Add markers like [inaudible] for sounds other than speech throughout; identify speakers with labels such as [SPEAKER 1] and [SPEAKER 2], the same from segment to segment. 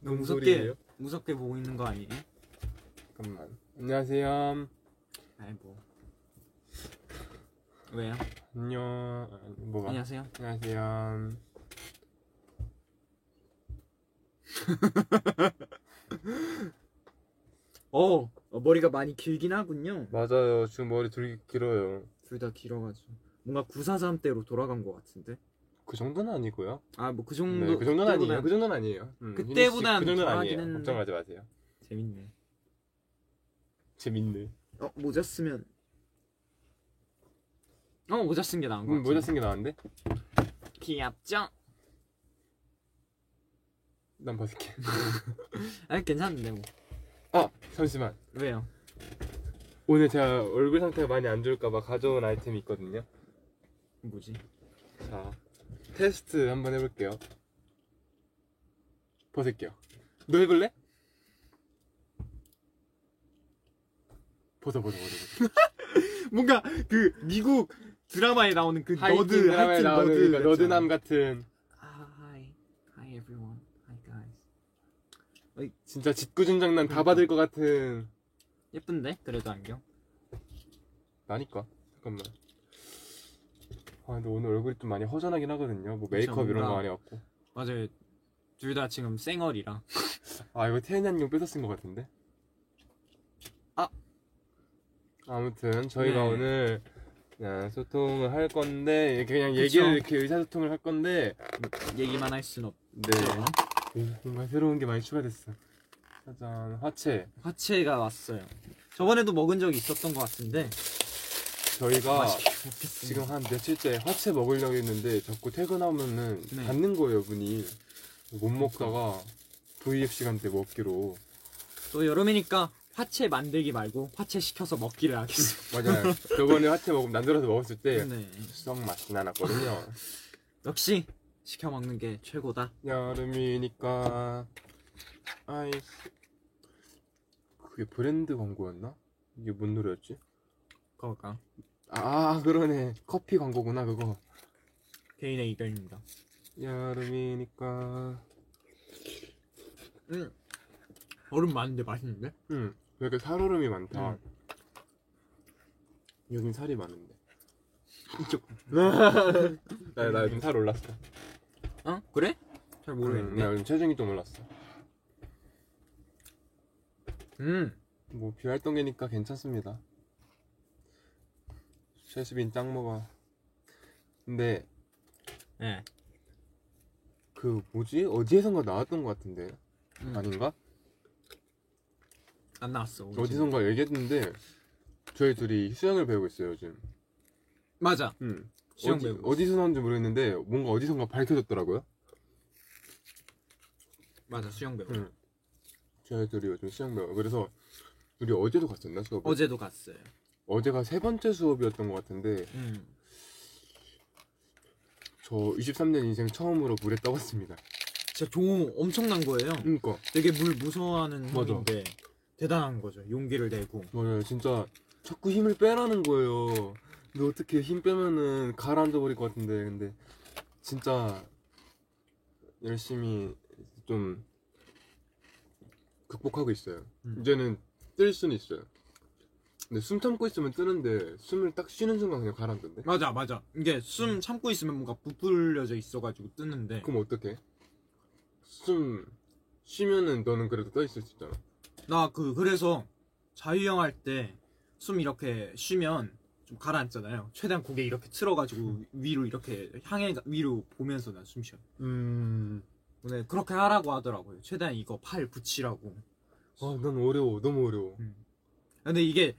[SPEAKER 1] 너무
[SPEAKER 2] 무섭게.
[SPEAKER 1] 소리예요?
[SPEAKER 2] 무섭게 보고 있는 거 아니에요?
[SPEAKER 1] 잠깐만. 안녕하세요.
[SPEAKER 2] 아니 뭐 왜요?
[SPEAKER 1] 안녕. 아, 뭐가?
[SPEAKER 2] 안녕하세요.
[SPEAKER 1] 안녕하세요.
[SPEAKER 2] 어 어, 머리가 많이 길긴 하군요.
[SPEAKER 1] 맞아요. 지금 머리 둘이 길어요.
[SPEAKER 2] 둘 다 길어가지고 뭔가 943 때로 돌아간 것 같은데.
[SPEAKER 1] 그 정도는 아니고요.
[SPEAKER 2] 아 뭐 그 정도
[SPEAKER 1] 네, 그 정도는 아니에요.
[SPEAKER 2] 그때보단
[SPEAKER 1] 그 정도는 아니에요. 음,
[SPEAKER 2] 그때보단
[SPEAKER 1] 유니 씨, 그 정도는
[SPEAKER 2] 덜하긴
[SPEAKER 1] 아니에요.
[SPEAKER 2] 했는데.
[SPEAKER 1] 걱정하지 마세요.
[SPEAKER 2] 재밌네.
[SPEAKER 1] 재밌네.
[SPEAKER 2] 어 모자 쓰면 어 모자 쓴 게 나은 것
[SPEAKER 1] 음,
[SPEAKER 2] 같아.
[SPEAKER 1] 모자 쓴 게 나은데?
[SPEAKER 2] 귀엽죠?
[SPEAKER 1] 난 벗을게. [laughs]
[SPEAKER 2] 아니 괜찮은데 뭐
[SPEAKER 1] 아 잠시만.
[SPEAKER 2] 왜요?
[SPEAKER 1] 오늘 제가 얼굴 상태가 많이 안 좋을까봐 가져온 아이템이 있거든요.
[SPEAKER 2] 뭐지?
[SPEAKER 1] 자 테스트 한번 해볼게요. 벗을게요. 너 해볼래? 벗어 벗어 벗어. 벗어.
[SPEAKER 2] 뭔가 그 미국 드라마에 나오는 그
[SPEAKER 1] 하이틴
[SPEAKER 2] 너드
[SPEAKER 1] 드라마에
[SPEAKER 2] 하이틴
[SPEAKER 1] 나오는
[SPEAKER 2] 너드
[SPEAKER 1] 그러니까 너드남 같은
[SPEAKER 2] 아, hi. Hi everyone. Hi guys.
[SPEAKER 1] 진짜 짓궂은 장난 다 받을 것 같은
[SPEAKER 2] 예쁜데? 그래도 안경.
[SPEAKER 1] 나니까 잠깐만 아 근데 오늘 얼굴이 좀 많이 허전하긴 하거든요 뭐 메이크업 이런
[SPEAKER 2] 뭔가-
[SPEAKER 1] 거 많이 없고
[SPEAKER 2] 맞아요. 둘 다 지금 쌩얼이라.
[SPEAKER 1] 아 이거 태연양용 뺏어 쓴 것 같은데 아 아무튼 저희가
[SPEAKER 2] 네.
[SPEAKER 1] 오늘 그냥 소통을 할 건데 이렇게 그냥
[SPEAKER 2] 그쵸.
[SPEAKER 1] 얘기를 이렇게 의사소통을 할 건데
[SPEAKER 2] 얘기만 할 순 없죠.
[SPEAKER 1] 네 음, 뭔가 새로운 게 많이 추가됐어 짜잔 화채
[SPEAKER 2] 화채가 왔어요. 저번에도 먹은 적이 있었던 것 같은데.
[SPEAKER 1] 저희가
[SPEAKER 2] 맛있게 먹겠습니다.
[SPEAKER 1] 지금 한 며칠째 화채 먹으려고 했는데 자꾸 퇴근하면은
[SPEAKER 2] 네.
[SPEAKER 1] 받는 거예요 분이 못 먹다가 V앱 시간 때 먹기로
[SPEAKER 2] 또 여름이니까 화채 만들기 말고 화채 시켜서 먹기를 하겠습니다.
[SPEAKER 1] 맞아요
[SPEAKER 2] [laughs]
[SPEAKER 1] 저번에 화채 먹으면 난들어서 먹었을 때
[SPEAKER 2] 네.
[SPEAKER 1] 수학 맛이 나났거든요
[SPEAKER 2] 역시 시켜 먹는 게 최고다.
[SPEAKER 1] 여름이니까 아이스 그게 브랜드 광고였나? 이게 뭔 노래였지?
[SPEAKER 2] 그럴까?
[SPEAKER 1] 아 그러네 커피 광고구나 그거
[SPEAKER 2] 개인의 의견입니다.
[SPEAKER 1] 여름이니까
[SPEAKER 2] 음. 얼음 많은데 맛있는데?
[SPEAKER 1] 응 이렇게 살얼음이 많다
[SPEAKER 2] 음.
[SPEAKER 1] 여긴 살이 많은데 [laughs] 이쪽 나, 나 요즘 살 올랐어
[SPEAKER 2] 어? 그래? 잘
[SPEAKER 1] 응, 나
[SPEAKER 2] 모르겠네.
[SPEAKER 1] 요즘 체중이 좀 올랐어
[SPEAKER 2] 음.
[SPEAKER 1] 뭐 비활동계니까 괜찮습니다 셰스빈 짱 먹어 근데
[SPEAKER 2] 네.
[SPEAKER 1] 그 뭐지? 어디에선가 나왔던 것 같은데
[SPEAKER 2] 음.
[SPEAKER 1] 아닌가?
[SPEAKER 2] 안 나왔어. 오늘.
[SPEAKER 1] 어디선가 얘기했는데 저희 둘이 수영을 배우고 있어요 요즘
[SPEAKER 2] 맞아.
[SPEAKER 1] 응.
[SPEAKER 2] 수영
[SPEAKER 1] 어디,
[SPEAKER 2] 배우고
[SPEAKER 1] 어디서 나왔는지 모르겠는데 뭔가 어디선가 밝혀졌더라고요
[SPEAKER 2] 맞아. 수영 배우.
[SPEAKER 1] 응. 저희들이 요즘 수영 배워 그래서 우리 어제도 갔었나 수업 어제
[SPEAKER 2] 어제도 갔어요.
[SPEAKER 1] 어제가 세 번째 수업이었던 것 같은데
[SPEAKER 2] 음.
[SPEAKER 1] 저 23년 인생 처음으로 물에 떠봤습니다
[SPEAKER 2] 진짜 종 엄청난 거예요.
[SPEAKER 1] 그니까
[SPEAKER 2] 되게 물 무서워하는
[SPEAKER 1] 맞아.
[SPEAKER 2] 형인데 대단한 거죠. 용기를 내고.
[SPEAKER 1] 맞아요 뭐 진짜 자꾸 힘을 빼라는 거예요 근데 어떻게 힘 빼면은 가라앉아 버릴 것 같은데 근데 진짜 열심히 좀 극복하고 있어요
[SPEAKER 2] 음.
[SPEAKER 1] 이제는 뜰 수는 있어요 근데 숨 참고 있으면 뜨는데 숨을 딱 쉬는 순간 그냥 가라앉던데
[SPEAKER 2] 맞아, 맞아. 이게 숨 참고 있으면 뭔가 부풀려져 있어가지고 뜨는데.
[SPEAKER 1] 음. 그럼 어떡해? 숨 쉬면은 너는 그래도 떠 있을 수 있잖아.
[SPEAKER 2] 나 그 그래서 자유형 할 때 숨 이렇게 쉬면 좀 가라앉잖아요. 최대한 고개 이렇게 틀어가지고 위로 이렇게 향해 위로 보면서 난 숨 쉬어.
[SPEAKER 1] 음.
[SPEAKER 2] 오늘 그렇게 하라고 하더라고요. 최대한 이거 팔 붙이라고.
[SPEAKER 1] 아, 난 어려워. 너무 어려워.
[SPEAKER 2] 근데 이게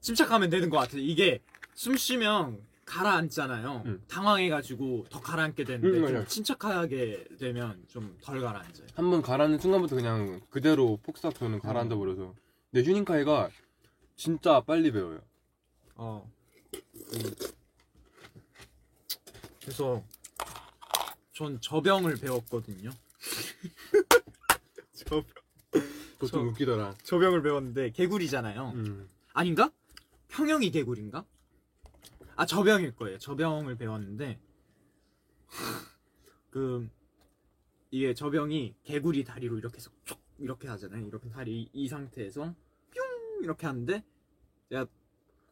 [SPEAKER 2] 침착하면 되는 것 같아요. 이게 숨 쉬면 가라앉잖아요.
[SPEAKER 1] 음.
[SPEAKER 2] 당황해가지고 더 가라앉게 되는데
[SPEAKER 1] 음,
[SPEAKER 2] 좀
[SPEAKER 1] 맞아요.
[SPEAKER 2] 침착하게 되면 좀 덜 가라앉아요.
[SPEAKER 1] 한 번 가라앉는 순간부터 그냥 그대로 폭삭 저는 가라앉아 버려서. 근데 휴닝카이가 진짜 빨리 배워요.
[SPEAKER 2] 어. 음. 그래서 전 저병을 배웠거든요. [laughs] 저,
[SPEAKER 1] 보통
[SPEAKER 2] 저-
[SPEAKER 1] 웃기더라.
[SPEAKER 2] 저병을 배웠는데 개구리잖아요.
[SPEAKER 1] 음.
[SPEAKER 2] 아닌가? 평형이 개구리인가? 아 저병일 거예요. 저병을 배웠는데 그 이게 저병이 개구리 다리로 이렇게 해서 촉 이렇게 하잖아요. 이렇게 다리 이 상태에서 뿅 이렇게 하는데 내가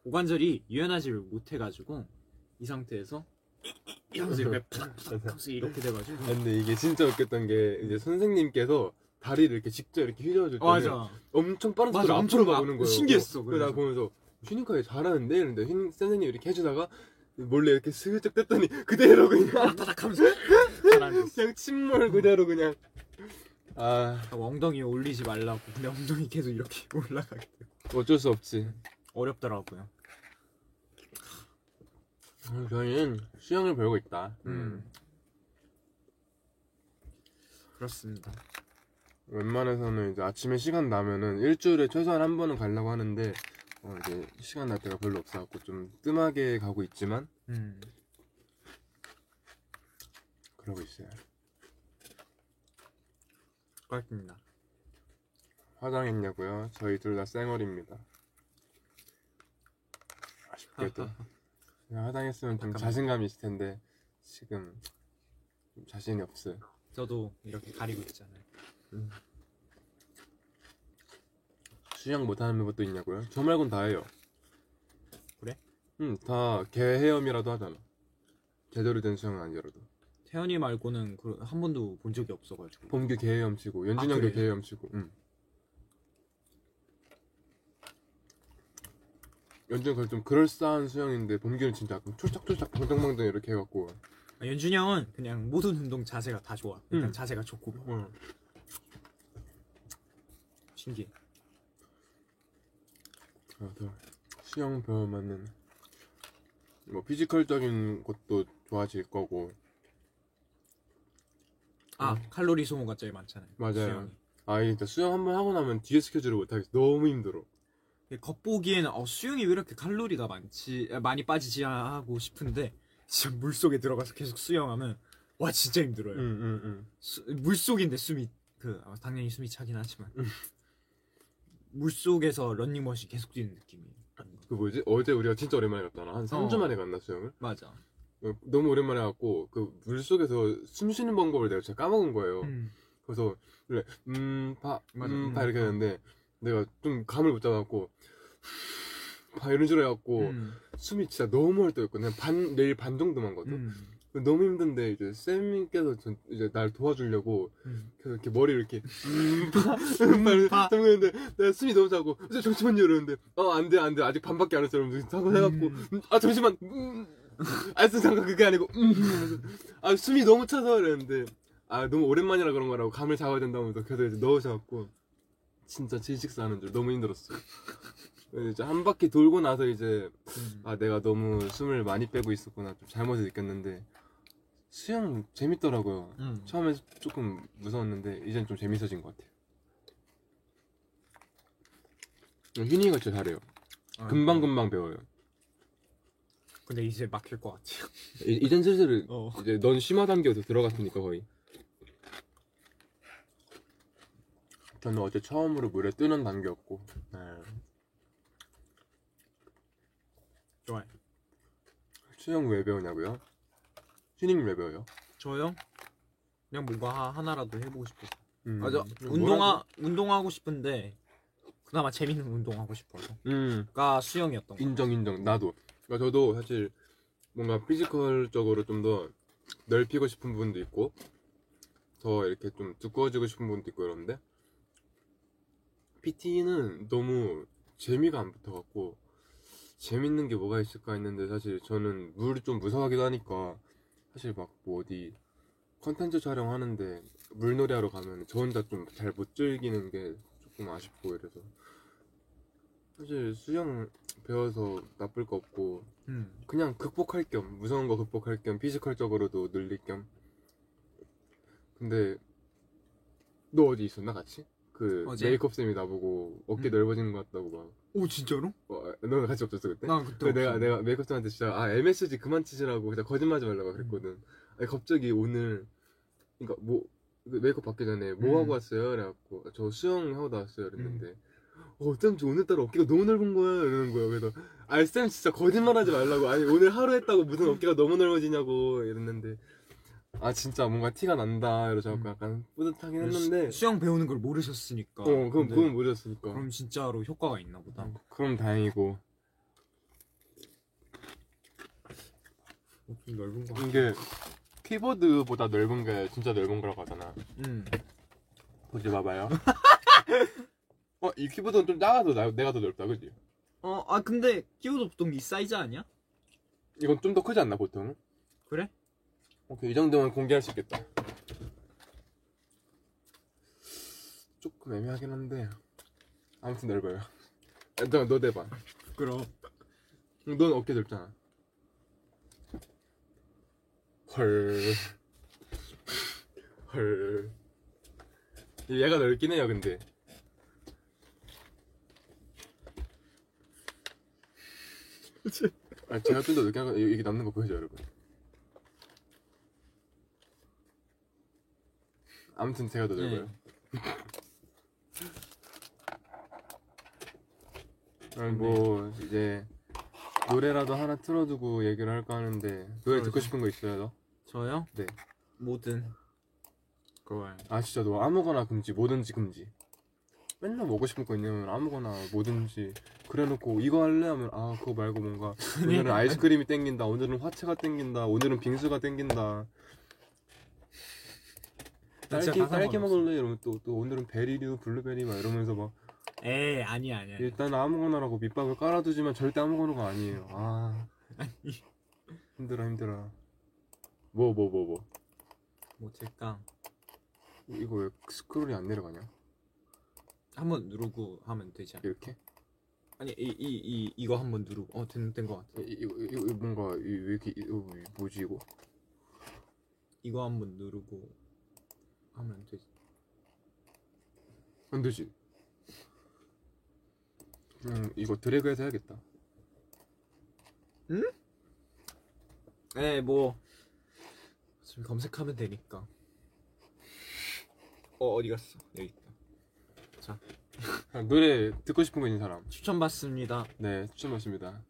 [SPEAKER 2] 고관절이 유연하지를 못해가지고 이 상태에서 이러면서 이렇게 팍팍 하면서 이렇게 돼가지고
[SPEAKER 1] 아, 근데 이게 진짜 웃겼던 게 이제 선생님께서 다리를 이렇게 직접 이렇게 휘저어줄 때
[SPEAKER 2] 맞아
[SPEAKER 1] 엄청 빠른
[SPEAKER 2] 맞아,
[SPEAKER 1] 속도로
[SPEAKER 2] 엄청
[SPEAKER 1] 앞으로
[SPEAKER 2] 막
[SPEAKER 1] 가보는 거예요.
[SPEAKER 2] 신기했어,
[SPEAKER 1] 그래서 나 보면서 휴닝카 얘 잘하는데 이랬는데 휴닝 선생님 이렇게 해주다가 몰래 이렇게 슬쩍 뗐더니 그대로 그냥
[SPEAKER 2] 따닥 하면서 가라앉았어.
[SPEAKER 1] [laughs] 그냥 침몰 그대로 그냥 아
[SPEAKER 2] 엉덩이 올리지 말라고 근데 엉덩이 계속 이렇게 올라가게 돼.
[SPEAKER 1] 어쩔 수 없지.
[SPEAKER 2] 어렵더라고요
[SPEAKER 1] 음, 저희는 수영을 배우고 있다.
[SPEAKER 2] 음. 그렇습니다
[SPEAKER 1] 웬만해서는 이제 아침에 시간 나면은 일주일에 최소한 한 번은 가려고 하는데 어, 이제 시간 날 때가 별로 없어갖고 좀 뜸하게 가고 있지만
[SPEAKER 2] 음.
[SPEAKER 1] 그러고 있어요.
[SPEAKER 2] 그렇습니다
[SPEAKER 1] 화장했냐고요? 저희 둘 다 쌩얼입니다. [laughs] 아쉽게도 그냥 화장했으면 좀
[SPEAKER 2] 잠깐만.
[SPEAKER 1] 자신감이 있을 텐데 지금 좀 자신이 없어요.
[SPEAKER 2] 저도 이렇게 가리고 있잖아요
[SPEAKER 1] 수영 못하는 멤버도 있냐고요? 저 말곤 다 해요.
[SPEAKER 2] 그래?
[SPEAKER 1] 응, 다 개헤엄이라도 하잖아. 제대로 된 수영은 아니더라도.
[SPEAKER 2] 태연이 말고는 그- 한 번도 본 적이 없어가지고
[SPEAKER 1] 범규 개헤엄 치고 연준이
[SPEAKER 2] 아,
[SPEAKER 1] 형도
[SPEAKER 2] 그래?
[SPEAKER 1] 개헤엄 치고. 응. 연준 그좀 그럴싸한 수영인데 범규는 진짜 약간 쫄짝쫄짝 방정방정 이렇게 해갖고.
[SPEAKER 2] 아, 연준이 형은 그냥 모든 운동 자세가 다 좋아 일단
[SPEAKER 1] 음.
[SPEAKER 2] 자세가 좋고 뭐.
[SPEAKER 1] 응.
[SPEAKER 2] 신기해
[SPEAKER 1] 그래서 아, 수영 배우면은 뭐 피지컬적인 것도 좋아질 거고
[SPEAKER 2] 아 칼로리 소모가 제일 많잖아요
[SPEAKER 1] 맞아요.
[SPEAKER 2] 수영이.
[SPEAKER 1] 아 진짜 수영 한번 하고 나면 뒤에 스케줄을 못 하겠어 너무 힘들어
[SPEAKER 2] 근데 겉보기에는 어, 수영이 왜 이렇게 칼로리가 많지 아, 많이 빠지지 하고 싶은데 진짜 물 속에 들어가서 계속 수영하면 와 진짜 힘들어요.
[SPEAKER 1] 응응응
[SPEAKER 2] 물 속인데 숨이 그 아, 당연히 숨이 차긴 하지만 물 속에서 런닝머신 계속 뛰는 느낌이에요.
[SPEAKER 1] 그 뭐지 어제 우리가 진짜 오랜만에 갔잖아 한 3주
[SPEAKER 2] 어.
[SPEAKER 1] 만에 갔나 수영을
[SPEAKER 2] 맞아.
[SPEAKER 1] 어, 너무 오랜만에 갔고 그 물속에서 숨 쉬는 방법을 내가 진짜 까먹은 거예요
[SPEAKER 2] 음.
[SPEAKER 1] 그래서 그래 음바음바
[SPEAKER 2] 맞아, 음,
[SPEAKER 1] 이렇게
[SPEAKER 2] 바.
[SPEAKER 1] 했는데 내가 좀 감을 못 잡아갖고 [sighs] 바 이런 식으로 해갖고
[SPEAKER 2] 음.
[SPEAKER 1] 숨이 진짜 너무 얼떠였고 그냥 반 내일 반 정도만 가도
[SPEAKER 2] 음.
[SPEAKER 1] 너무 힘든데 이제 쌤님께서 전- 이제 날 도와주려고
[SPEAKER 2] 음.
[SPEAKER 1] 계속 이렇게 머리를 이렇게 음, 음파 담그는데 내가 숨이 너무 차고 이제 잠시만요 이러는데 어 안 돼 안 돼 아직 반밖에 안 했어요 이러면서 하고 해갖고
[SPEAKER 2] 음.
[SPEAKER 1] 음, 아 잠시만 음. 아 잠깐 그게 아니고 음. 이러면서 아 숨이 너무 차서 이랬는데 아 너무 오랜만이라 그런 거라고 감을 잡아야 된다고 하면서 계속 이제 넣으셔갖고 진짜 질식사 하는 줄 너무 힘들었어 그래서 이제 한 바퀴 돌고 나서 이제
[SPEAKER 2] 음.
[SPEAKER 1] 아 내가 너무 숨을 많이 빼고 있었구나 좀 잘못을 느꼈는데 수영 재밌더라고요
[SPEAKER 2] 음.
[SPEAKER 1] 처음에 조금 무서웠는데 이젠 좀 재밌어진 것 같아요 휴닝이가 진짜 잘해요
[SPEAKER 2] 아,
[SPEAKER 1] 금방금방 배워요
[SPEAKER 2] 근데 이제 막힐 것 같아요.
[SPEAKER 1] 이, 이젠 슬슬
[SPEAKER 2] 어.
[SPEAKER 1] 이제 넌 심화 단계로 들어갔으니까 거의 저는 어제 처음으로 물에 뜨는 단계였고 네.
[SPEAKER 2] 좋아요.
[SPEAKER 1] 수영 왜 배우냐고요? 휴닝 왜 배워요?
[SPEAKER 2] 저요? 그냥 뭔가 하- 하나라도 해보고 싶어서.
[SPEAKER 1] 음,
[SPEAKER 2] 맞아.
[SPEAKER 1] 뭐라도-
[SPEAKER 2] 운동화 운동하고 싶은데 그나마 재밌는 운동하고 싶어서.
[SPEAKER 1] 음
[SPEAKER 2] 가 수영이었던 거.
[SPEAKER 1] 인정 인정 나도 그러니까 저도 사실 뭔가 피지컬적으로 좀 더 넓히고 싶은 부분도 있고 더 이렇게 좀 두꺼워지고 싶은 부분도 있고 이런데 PT는 너무 재미가 안 붙어갖고 재밌는 게 뭐가 있을까 했는데 사실 저는 물을 좀 무서워하기도 하니까 사실 막 뭐 어디 컨텐츠 촬영하는데 물놀이 하러 가면 저 혼자 좀 잘 못 즐기는 게 조금 아쉽고 이래서 사실 수영 배워서 나쁠 거 없고
[SPEAKER 2] 음.
[SPEAKER 1] 그냥 극복할 겸 무서운 거 극복할 겸 피지컬적으로도 늘릴 겸 근데 너 어디 있었나 같이? 그
[SPEAKER 2] 어제?
[SPEAKER 1] 메이크업 쌤이 나보고 어깨
[SPEAKER 2] 음.
[SPEAKER 1] 넓어지는 것 같다고 막
[SPEAKER 2] 오 진짜로?
[SPEAKER 1] 어, 너는 같이 없었어 그때?
[SPEAKER 2] 난 그때
[SPEAKER 1] 근데 내가
[SPEAKER 2] 없었는데.
[SPEAKER 1] 내가 메이크업 쌤한테 진짜 아 MSG 그만 치시라고 진짜 거짓말하지 말라고 그랬거든 아니 갑자기 오늘 그러니까 뭐그 메이크업 받기 전에 뭐
[SPEAKER 2] 음.
[SPEAKER 1] 하고 왔어요? 그래갖고 아, 저 수영 하고 나왔어요 이랬는데 어, 어쩐지 오늘따라 어깨가 너무 넓은 거야 이러는 거야 그래서 아쌤 진짜 거짓말하지 말라고 아니 오늘 하루 했다고 무슨 어깨가 너무 넓어지냐고 이랬는데 아 진짜 뭔가 티가 난다 이러서
[SPEAKER 2] 음.
[SPEAKER 1] 약간 뿌듯하긴 했는데
[SPEAKER 2] 수, 영 배우는 걸 모르셨으니까.
[SPEAKER 1] 어 그건
[SPEAKER 2] 근데
[SPEAKER 1] 그건 모르셨으니까
[SPEAKER 2] 그럼 진짜로 효과가 있나 보다.
[SPEAKER 1] 어, 그럼 다행이고
[SPEAKER 2] 어, 좀 넓은 거. 같아.
[SPEAKER 1] 이게 키보드보다 넓은 게 진짜 넓은 거라고 하잖아
[SPEAKER 2] 음.
[SPEAKER 1] 보지 봐봐요 어 이 키보드는 좀 작아도 나- 내가 더 넓다 그지
[SPEAKER 2] 어, 아 근데 키보드 보통 이 사이즈 아니야?
[SPEAKER 1] 이건 좀 더 크지 않나 보통
[SPEAKER 2] 그래?
[SPEAKER 1] 오케이 이 정도면 공개할 수 있겠다 조금 애매하긴 한데 아무튼 넓어요 아, 너, 너 대봐
[SPEAKER 2] 부끄러워.
[SPEAKER 1] 넌 어깨 넓잖아 헐 헐. 얘가 넓긴 해요, 근데. 아, 제가 좀 더 넓게 하고, 이게 남는 거 보여줘요, 여러분. 아무튼 제가 더 넓어요. [laughs] 아니, 뭐, 이제, 노래라도 하나 틀어두고 얘기를 할까 하는데, 노래 듣고
[SPEAKER 2] 그러죠.
[SPEAKER 1] 싶은 거 있어요, 너?
[SPEAKER 2] 저요?
[SPEAKER 1] 네.
[SPEAKER 2] 뭐든. 그걸.
[SPEAKER 1] 아 진짜 너 아무거나 금지 뭐든지 금지 맨날 먹고 싶은 거 있냐면 아무거나 뭐든지 그래놓고 이거 할래 하면 아 그거 말고
[SPEAKER 2] [laughs]
[SPEAKER 1] 뭔가 오늘은 아이스크림이 땡긴다 오늘은 화채가 땡긴다 오늘은 빙수가 땡긴다
[SPEAKER 2] 나 진짜
[SPEAKER 1] 딸기
[SPEAKER 2] 가사
[SPEAKER 1] 딸기
[SPEAKER 2] 말없어.
[SPEAKER 1] 먹을래 이러면 또 또 오늘은 베리류 블루베리 막 이러면서 막
[SPEAKER 2] 에이 아니야 아니야.
[SPEAKER 1] 일단 아무거나라고 밑밥을 깔아두지만 절대 아무거나가 아니에요 아 힘들어 힘들어 뭐 뭐 뭐 뭐
[SPEAKER 2] 뭐 모텔깡
[SPEAKER 1] 이거 왜 스크롤이 안 내려가냐
[SPEAKER 2] 한번 누르고 하면 되지 않아?
[SPEAKER 1] 이렇게
[SPEAKER 2] 아니 이 이 이 이, 거 한번 누르고 어된된거 같아.
[SPEAKER 1] 이- 이거 이거 이거 뭔가 이- 왜 이렇게 이- 이거 뭐지 이거
[SPEAKER 2] 이거 한번 누르고 하면 되지.
[SPEAKER 1] 안 되지 음 이거 드래그해서 해야겠다
[SPEAKER 2] 네, 뭐 지금 검색하면 되니까. 어 어디 갔어? 여기 있다.
[SPEAKER 1] 아, 노래 듣고 싶은 거 있는 사람
[SPEAKER 2] 추천 받습니다.
[SPEAKER 1] 네 추천 받습니다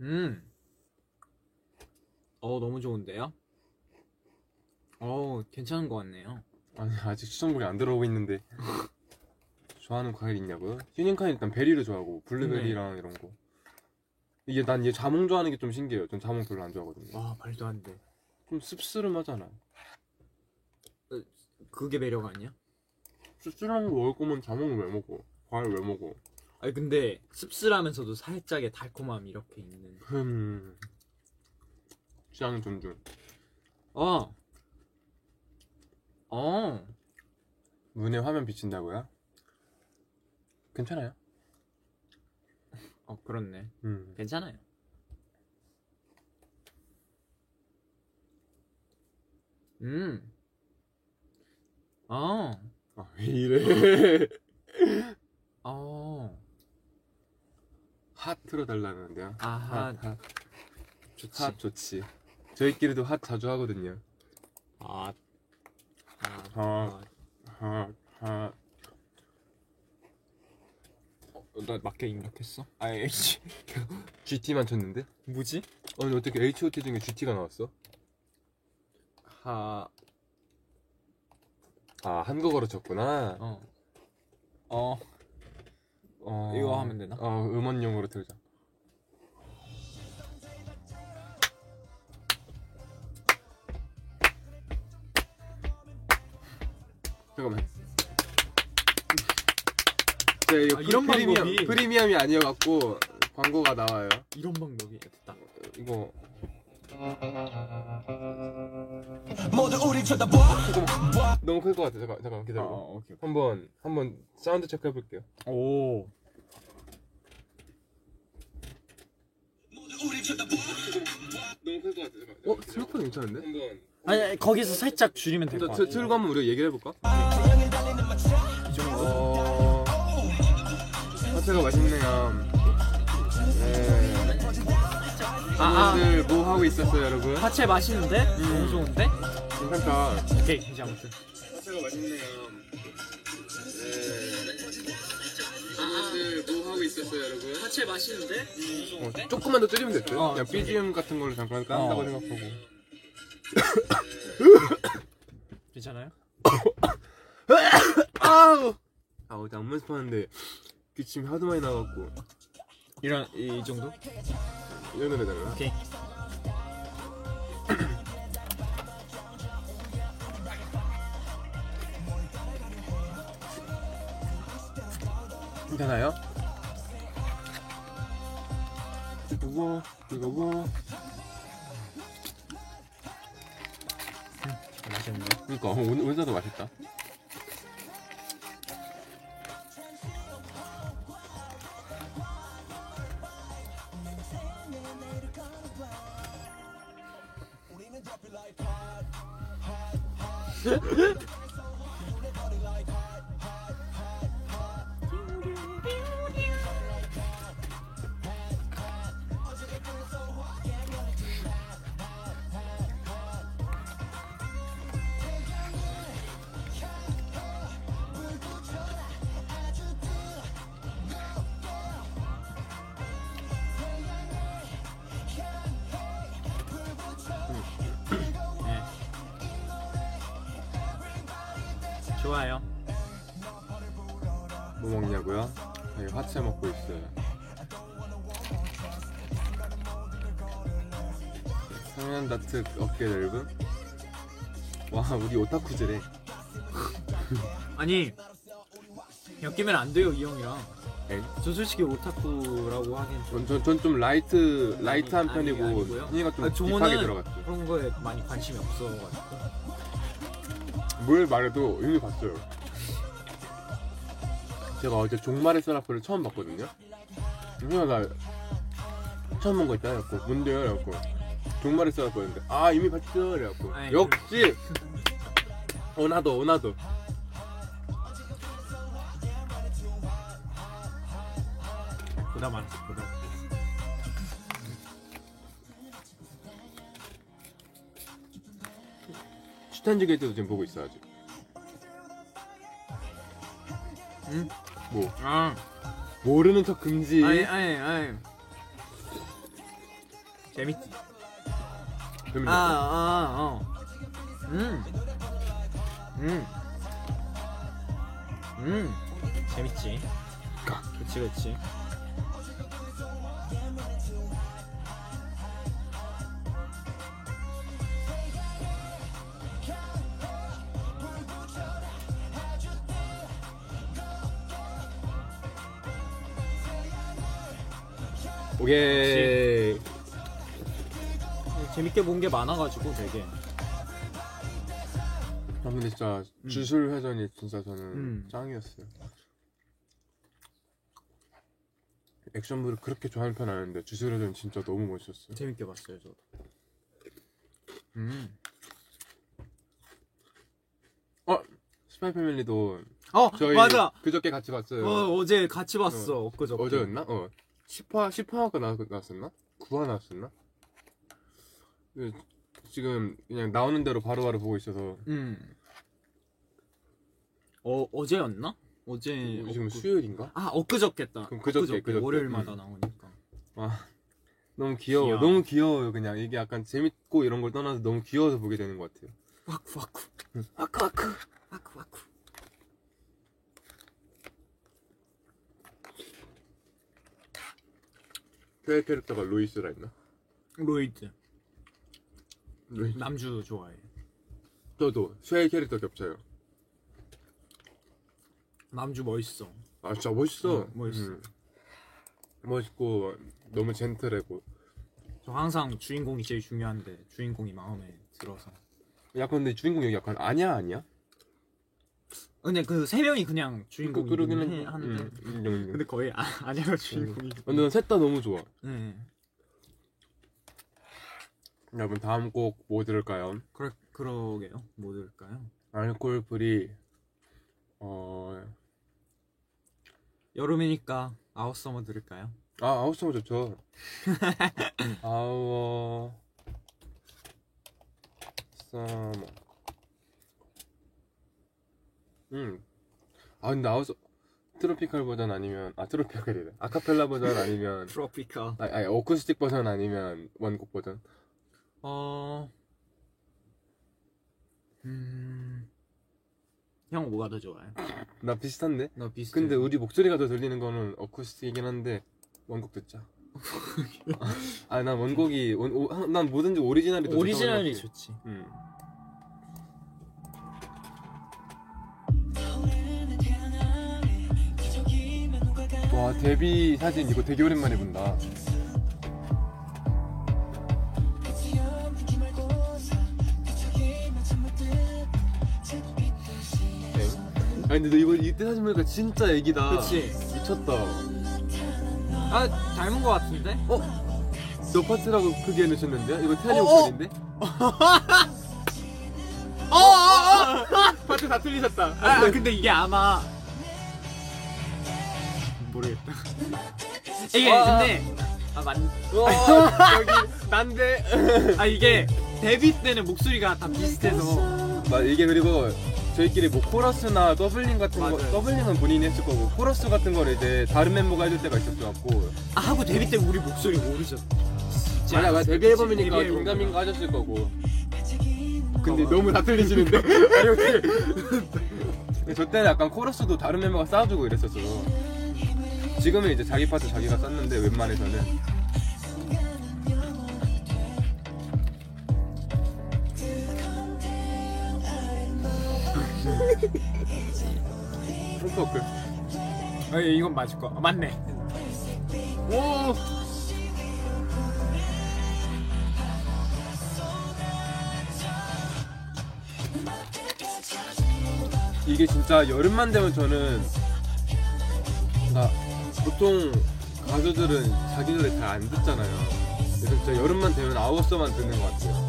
[SPEAKER 2] 음. 어 너무 좋은데요? 어 괜찮은 것 같네요.
[SPEAKER 1] 아니 아직 추천곡이 안 들어오고 있는데 좋아하는 과일 있냐고요? 휴닝카는 일단 베리를 좋아하고 블루베리랑 이런 거 이게 난 얘 자몽 좋아하는 게 좀 신기해요 전 자몽 별로 안 좋아하거든요
[SPEAKER 2] 와 말도 안 돼.
[SPEAKER 1] 좀 씁쓸하잖아
[SPEAKER 2] 그게 매력 아니야?
[SPEAKER 1] 씁쓸한 거 먹을 거면 자몽을 왜 먹어 과일 왜 먹어
[SPEAKER 2] 아니 근데 씁쓸하면서도 살짝의 달콤함 이렇게 있는.
[SPEAKER 1] 흠 취향 존중
[SPEAKER 2] 어. 어.
[SPEAKER 1] 문에 화면 비친다고요? 괜찮아요.
[SPEAKER 2] 어 그렇네.
[SPEAKER 1] 음.
[SPEAKER 2] 괜찮아요. 음. 어.
[SPEAKER 1] 아, 왜 이래? [laughs]
[SPEAKER 2] 어.
[SPEAKER 1] 핫 틀어달라는데요.
[SPEAKER 2] 아하. 아.
[SPEAKER 1] 핫, 핫,
[SPEAKER 2] 좋지.
[SPEAKER 1] 핫 좋지. 저희끼리도 핫 자주 하거든요.
[SPEAKER 2] 아. 아.
[SPEAKER 1] 아. 핫, 핫.
[SPEAKER 2] 어, 나 맞게 입력했어? 아, 이 [laughs]
[SPEAKER 1] GT만 쳤는데?
[SPEAKER 2] 뭐지?
[SPEAKER 1] 아니 어떻게 H.O.T 중에 GT가 나왔어?
[SPEAKER 2] 하.
[SPEAKER 1] 아 한국어로 쳤구나.
[SPEAKER 2] 어. 어.
[SPEAKER 1] 어,
[SPEAKER 2] 이거 하면 되나?
[SPEAKER 1] 어 음원용으로 틀자. 잠깐만. 네, 이거
[SPEAKER 2] 아,
[SPEAKER 1] 이런
[SPEAKER 2] 이런
[SPEAKER 1] 프리미엄,
[SPEAKER 2] 방법이.
[SPEAKER 1] 프리미엄이 아니어갖고 광고가 나와요.
[SPEAKER 2] 이런 방법이 됐다.
[SPEAKER 1] 이거
[SPEAKER 3] 모두 우리 쳐다봐
[SPEAKER 1] 너무 클 것 같아. 잠깐, 잠깐 기다려.
[SPEAKER 2] 오케이.
[SPEAKER 1] 한번 한번 사운드 체크 해볼게요.
[SPEAKER 2] 오.
[SPEAKER 1] 너무 클 것 같아. 잠깐.
[SPEAKER 2] 어,
[SPEAKER 1] 생각보다 괜찮은데? 한번.
[SPEAKER 2] 아니, 아니, 거기서 살짝 줄이면 될 것 같아.
[SPEAKER 1] 저 틀고 한번 우리가 얘기를 해볼까?
[SPEAKER 2] 어.
[SPEAKER 3] 태양을 달리는 마차
[SPEAKER 1] 어... 화채가 맛있네요. 네.
[SPEAKER 2] 아, 아.
[SPEAKER 1] 오늘 뭐 하고 있었어요, 여러분?
[SPEAKER 2] 파채 맛있는데? 너무 좋은데?
[SPEAKER 1] 괜찮다.
[SPEAKER 2] 음. 오케이, 이제 아무튼.
[SPEAKER 1] 화채가 맛있네요. 네. 오늘 뭐 하고
[SPEAKER 2] 하고 있었어요, 여러분. 하체 맛있는데? 음.
[SPEAKER 1] 어, 조금만 더 줄이면 됐죠.
[SPEAKER 2] 어,
[SPEAKER 1] 그냥
[SPEAKER 2] 저기.
[SPEAKER 1] BGM 같은 걸로 잠깐 깐다고
[SPEAKER 2] 어.
[SPEAKER 1] 생각하고.
[SPEAKER 2] 괜찮아요?
[SPEAKER 1] 아우! 아, 어제 안면 스파는데 기침이 하도 많이 나갖고.
[SPEAKER 2] 이런 이 정도?
[SPEAKER 1] 이런 노래잖아.
[SPEAKER 2] 오케이.
[SPEAKER 1] 괜찮아요? 뜨거워, 뜨거워.
[SPEAKER 2] 맛있는데.
[SPEAKER 1] 그니까, 그러니까 어, 온, 온사도 맛있다.
[SPEAKER 2] 네. 좋아요.
[SPEAKER 1] 뭐 먹냐고요? 저희 화채 먹고 있어요. 성현 다트 어깨 넓음? 와, 우리 오타쿠즈래.
[SPEAKER 2] 아니 엮이면 안 돼요 이 형이랑.
[SPEAKER 1] 엥?
[SPEAKER 2] 네. 저 솔직히 오타쿠라고 하긴 좀
[SPEAKER 1] 전 좀 좀 라이트 라이트한
[SPEAKER 2] 아니,
[SPEAKER 1] 편이고
[SPEAKER 2] 아니고요.
[SPEAKER 1] 현이가 좀
[SPEAKER 2] 아,
[SPEAKER 1] 딥하게
[SPEAKER 2] 종호는
[SPEAKER 1] 들어갔죠.
[SPEAKER 2] 그런 거에 많이 관심이 없어가지고.
[SPEAKER 1] 뭘 말해도 이미 봤어요. 제가 어제 종말의 서라프를 처음 봤거든요. 누나 나 처음 본 거 있다 그래갖고 뭔데요? 그래갖고 종말의 서라프였는데 아 이미 봤죠? 그래갖고
[SPEAKER 2] 아이,
[SPEAKER 1] 역시 오나도 오나도
[SPEAKER 2] 보다 많지 보다.
[SPEAKER 1] 추천지 게이트도 지금 보고 있어 아직.
[SPEAKER 2] 응?
[SPEAKER 1] 뭐
[SPEAKER 2] 아
[SPEAKER 1] 모르는 척 금지.
[SPEAKER 2] 아니 아니 아니. 재밌지. 아,
[SPEAKER 1] 그러면
[SPEAKER 2] 아, 어. 음. 음. 음. 재밌지.
[SPEAKER 1] 깍.
[SPEAKER 2] 그치, 그치.
[SPEAKER 1] 오케이.
[SPEAKER 2] 음, 재밌게 본 게 많아가지고 되게.
[SPEAKER 1] 아 근데 진짜
[SPEAKER 2] 음.
[SPEAKER 1] 주술 회전이 진짜 저는
[SPEAKER 2] 음.
[SPEAKER 1] 짱이었어요. 액션물을 그렇게 좋아하는 편 아닌데 주술 회전 진짜 너무 멋있었어요.
[SPEAKER 2] 재밌게 봤어요, 저도. 음.
[SPEAKER 1] 스파이 패밀리도
[SPEAKER 2] 어,
[SPEAKER 1] 저희
[SPEAKER 2] 맞아.
[SPEAKER 1] 그저께 같이 봤어요.
[SPEAKER 2] 어, 어제 같이 봤어. 어, 그저
[SPEAKER 1] 어제였나? 어. 10화 10화가 나, 나왔었나? 9화 나왔었나? 그, 지금 그냥 나오는 대로 바로바로 보고 있어서
[SPEAKER 2] 음. 어, 어제였나? 어제.
[SPEAKER 1] 지금
[SPEAKER 2] 엊그-
[SPEAKER 1] 수요일인가?
[SPEAKER 2] 아, 엊그저께다.
[SPEAKER 1] 그럼 그저께, 그저께.
[SPEAKER 2] 월요일마다
[SPEAKER 1] 음.
[SPEAKER 2] 나오니까.
[SPEAKER 1] 너무 귀여워.
[SPEAKER 2] 귀여워.
[SPEAKER 1] 너무 귀여워요. 그냥 이게 약간 재밌고 이런 걸 떠나서 너무 귀여워서 보게 되는 것 같아요.
[SPEAKER 2] 와쿠, 와쿠.
[SPEAKER 1] 아크 아크.
[SPEAKER 2] 와쿠, 와쿠.
[SPEAKER 1] 최애 캐릭터가 루이스라 했나?
[SPEAKER 2] 로이드.
[SPEAKER 1] 루이
[SPEAKER 2] 남주 좋아해.
[SPEAKER 1] 저도 최애 캐릭터 겹쳐요.
[SPEAKER 2] 남주 멋있어.
[SPEAKER 1] 아 진짜 멋있어.
[SPEAKER 2] 응, 네, 멋있어.
[SPEAKER 1] 음. 멋있고 너무 젠틀하고.
[SPEAKER 2] 저 항상 주인공이 제일 중요한데 주인공이 마음에 들어서.
[SPEAKER 1] 약간 근데 주인공 여기 약간 아니야 아니야?
[SPEAKER 2] 근데 그 세 명이 그냥
[SPEAKER 1] 그-
[SPEAKER 2] 주인공이
[SPEAKER 1] 그러기는
[SPEAKER 2] 해- 하는데.
[SPEAKER 1] 음, 음, 음.
[SPEAKER 2] 근데 거의 아, 아니야 주인공이.
[SPEAKER 1] 근데 난 셋 다 너무 좋아.
[SPEAKER 2] 네.
[SPEAKER 1] 여러분 다음 곡 뭐 들을까요?
[SPEAKER 2] 그러 그러게요. 뭐 들까요?
[SPEAKER 1] 알코올 프리 어.
[SPEAKER 2] 여름이니까 아웃서머 들을까요?
[SPEAKER 1] 아 아웃성 좋죠.
[SPEAKER 2] [laughs]
[SPEAKER 1] 아워 서머. 음. 아 근데 아웃 트로피칼 버전 아니면 아 트로피칼이래 아카펠라 버전 아니면
[SPEAKER 2] 트로피카.
[SPEAKER 1] 아니, 아니 어쿠스틱 버전 아니면 원곡 버전
[SPEAKER 2] 어. 음. 형 뭐가 더 좋아요?
[SPEAKER 1] 나 비슷한데
[SPEAKER 2] 나 비슷해.
[SPEAKER 1] 근데 우리 목소리가 더 들리는 거는 어쿠스틱이긴 한데
[SPEAKER 2] [laughs]
[SPEAKER 1] 원곡 듣자 아 난 원곡이 원, 오- 아, 난 뭐든지 오리지널이 더 좋다고
[SPEAKER 2] 오리지널이
[SPEAKER 1] 생각해.
[SPEAKER 2] 좋지.
[SPEAKER 1] 음. 와 데뷔 사진 이거 되게 오랜만에 본다 아 근데 너 이번 이때 사진 보니까 진짜 애기다
[SPEAKER 2] 그렇지.
[SPEAKER 1] 미쳤다
[SPEAKER 2] 아 닮은 거 같은데?
[SPEAKER 1] 너 파트라고 크게 해놓으셨는데 이거 태연이
[SPEAKER 2] 어, 어.
[SPEAKER 1] 목소리인데
[SPEAKER 2] 어. 어, 어!
[SPEAKER 1] [laughs] 파트 다 틀리셨다
[SPEAKER 2] 아 근데 이게 아마 모르겠다. 이게
[SPEAKER 1] 아.
[SPEAKER 2] 근데 아맞아 아,
[SPEAKER 1] 와 여기 난데
[SPEAKER 2] 이게 데뷔 때는 목소리가 다 비슷해서.
[SPEAKER 1] 막 아, 이게 그리고 저희끼리 뭐 코러스나 더블링 같은 거
[SPEAKER 2] 맞아요.
[SPEAKER 1] 더블링은 본인이 했을 거고 코러스 같은 걸 이제 다른 멤버가 해줄 때가 있었고
[SPEAKER 2] 아 하고 데뷔 때 우리 목소리 모르죠. 진짜.
[SPEAKER 1] 아니야 데뷔 앨범이니까
[SPEAKER 2] 데뷔 앨범.
[SPEAKER 1] 긴가민가 하셨을 거고
[SPEAKER 2] 근데
[SPEAKER 1] 너무 다 틀리시는데 저 때는 약간 코러스도 다른 멤버가 싸워주고 이랬었어 지금은 이제 자기 파트 자기가 썼는데 웬만해서는 [laughs] 풀커클
[SPEAKER 2] 아 이건 맞을 거. 아, 맞네. 오.
[SPEAKER 1] 이게 진짜 여름만 되면 저는 나 보통 가수들은 자기 노래 잘 안 듣잖아요. 그래서 진짜 여름만 되면 아우스만 듣는 것 같아요.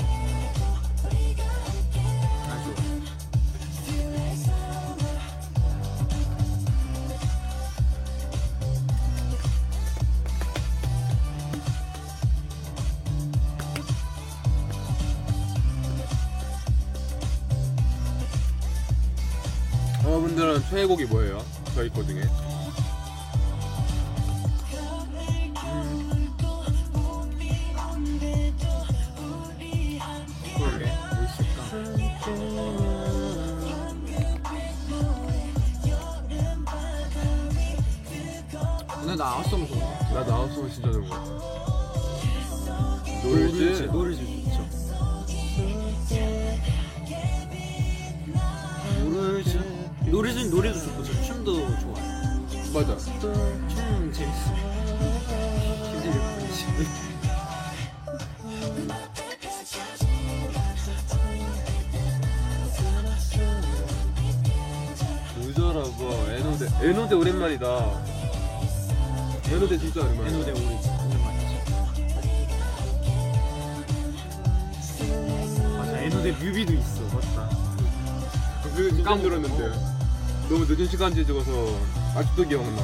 [SPEAKER 2] 아주.
[SPEAKER 1] 여러분들은 최애곡이 뭐예요? 저희 거 중에
[SPEAKER 2] 그러게. 뭐 있을까? 근데 나 아웃성 좋아.
[SPEAKER 1] 나도 아우스만 진짜 좋은 것 같아.
[SPEAKER 2] 노르즈
[SPEAKER 1] 노르즈
[SPEAKER 2] 노르즈 좋죠. 노르즈 노르즈는 노래도 좋고 저 춤도 좋아요.
[SPEAKER 1] 맞아.
[SPEAKER 2] 춤 재밌어. 힘들 뿐이지.
[SPEAKER 1] 우저라고 에노데 에노데 오랜만이다. 에노데 진짜 오랜만이다.
[SPEAKER 2] 에노데 오리 오랜만이지.
[SPEAKER 1] 네.
[SPEAKER 2] 맞아 에노데 뮤비도 있어. 맞다.
[SPEAKER 1] 그게 진짜
[SPEAKER 2] 까먹어.
[SPEAKER 1] 힘들었는데 너무 늦은 시간지 찍어서 아직도 기억나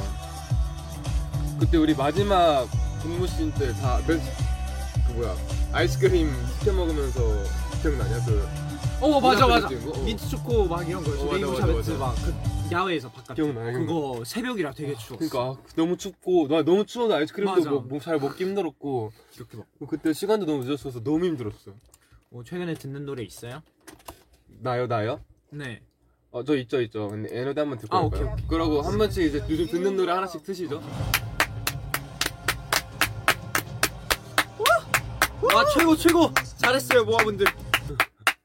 [SPEAKER 1] 그때 우리 마지막 근무씬 때다그 뭐야 아이스크림 시켜 먹으면서 기억나냐 그
[SPEAKER 2] 어 맞아 맞아.
[SPEAKER 1] 그거? 어.
[SPEAKER 2] 민트 초코 막 이런 거
[SPEAKER 1] 어,
[SPEAKER 2] 있어.
[SPEAKER 1] 맞아,
[SPEAKER 2] 레이브
[SPEAKER 1] 맞아,
[SPEAKER 2] 샤베트
[SPEAKER 1] 맞아.
[SPEAKER 2] 막그 야외에서 바깥.
[SPEAKER 1] 기억나 기억나
[SPEAKER 2] 그거 새벽이라 되게 추웠어.
[SPEAKER 1] 그러니까 아, 너무 춥고 나 너무 추워서
[SPEAKER 2] 맞아.
[SPEAKER 1] 아이스크림도 뭐, 잘 먹기 힘들었고
[SPEAKER 2] 이렇게 막.
[SPEAKER 1] 그때 시간도 너무 늦었어서 너무 힘들었어
[SPEAKER 2] 어, 최근에 듣는 노래 있어요?
[SPEAKER 1] 나요 나요?
[SPEAKER 2] 네.
[SPEAKER 1] 어 저 있죠 있죠 근데 에너데 한번 듣고
[SPEAKER 2] 아,
[SPEAKER 1] 올까요?
[SPEAKER 2] 오케이, 오케이.
[SPEAKER 1] 그러고 한 번씩 이제 요즘 듣는 노래 하나씩 트시죠
[SPEAKER 2] 와 아, 최고 최고 잘했어요 모아분들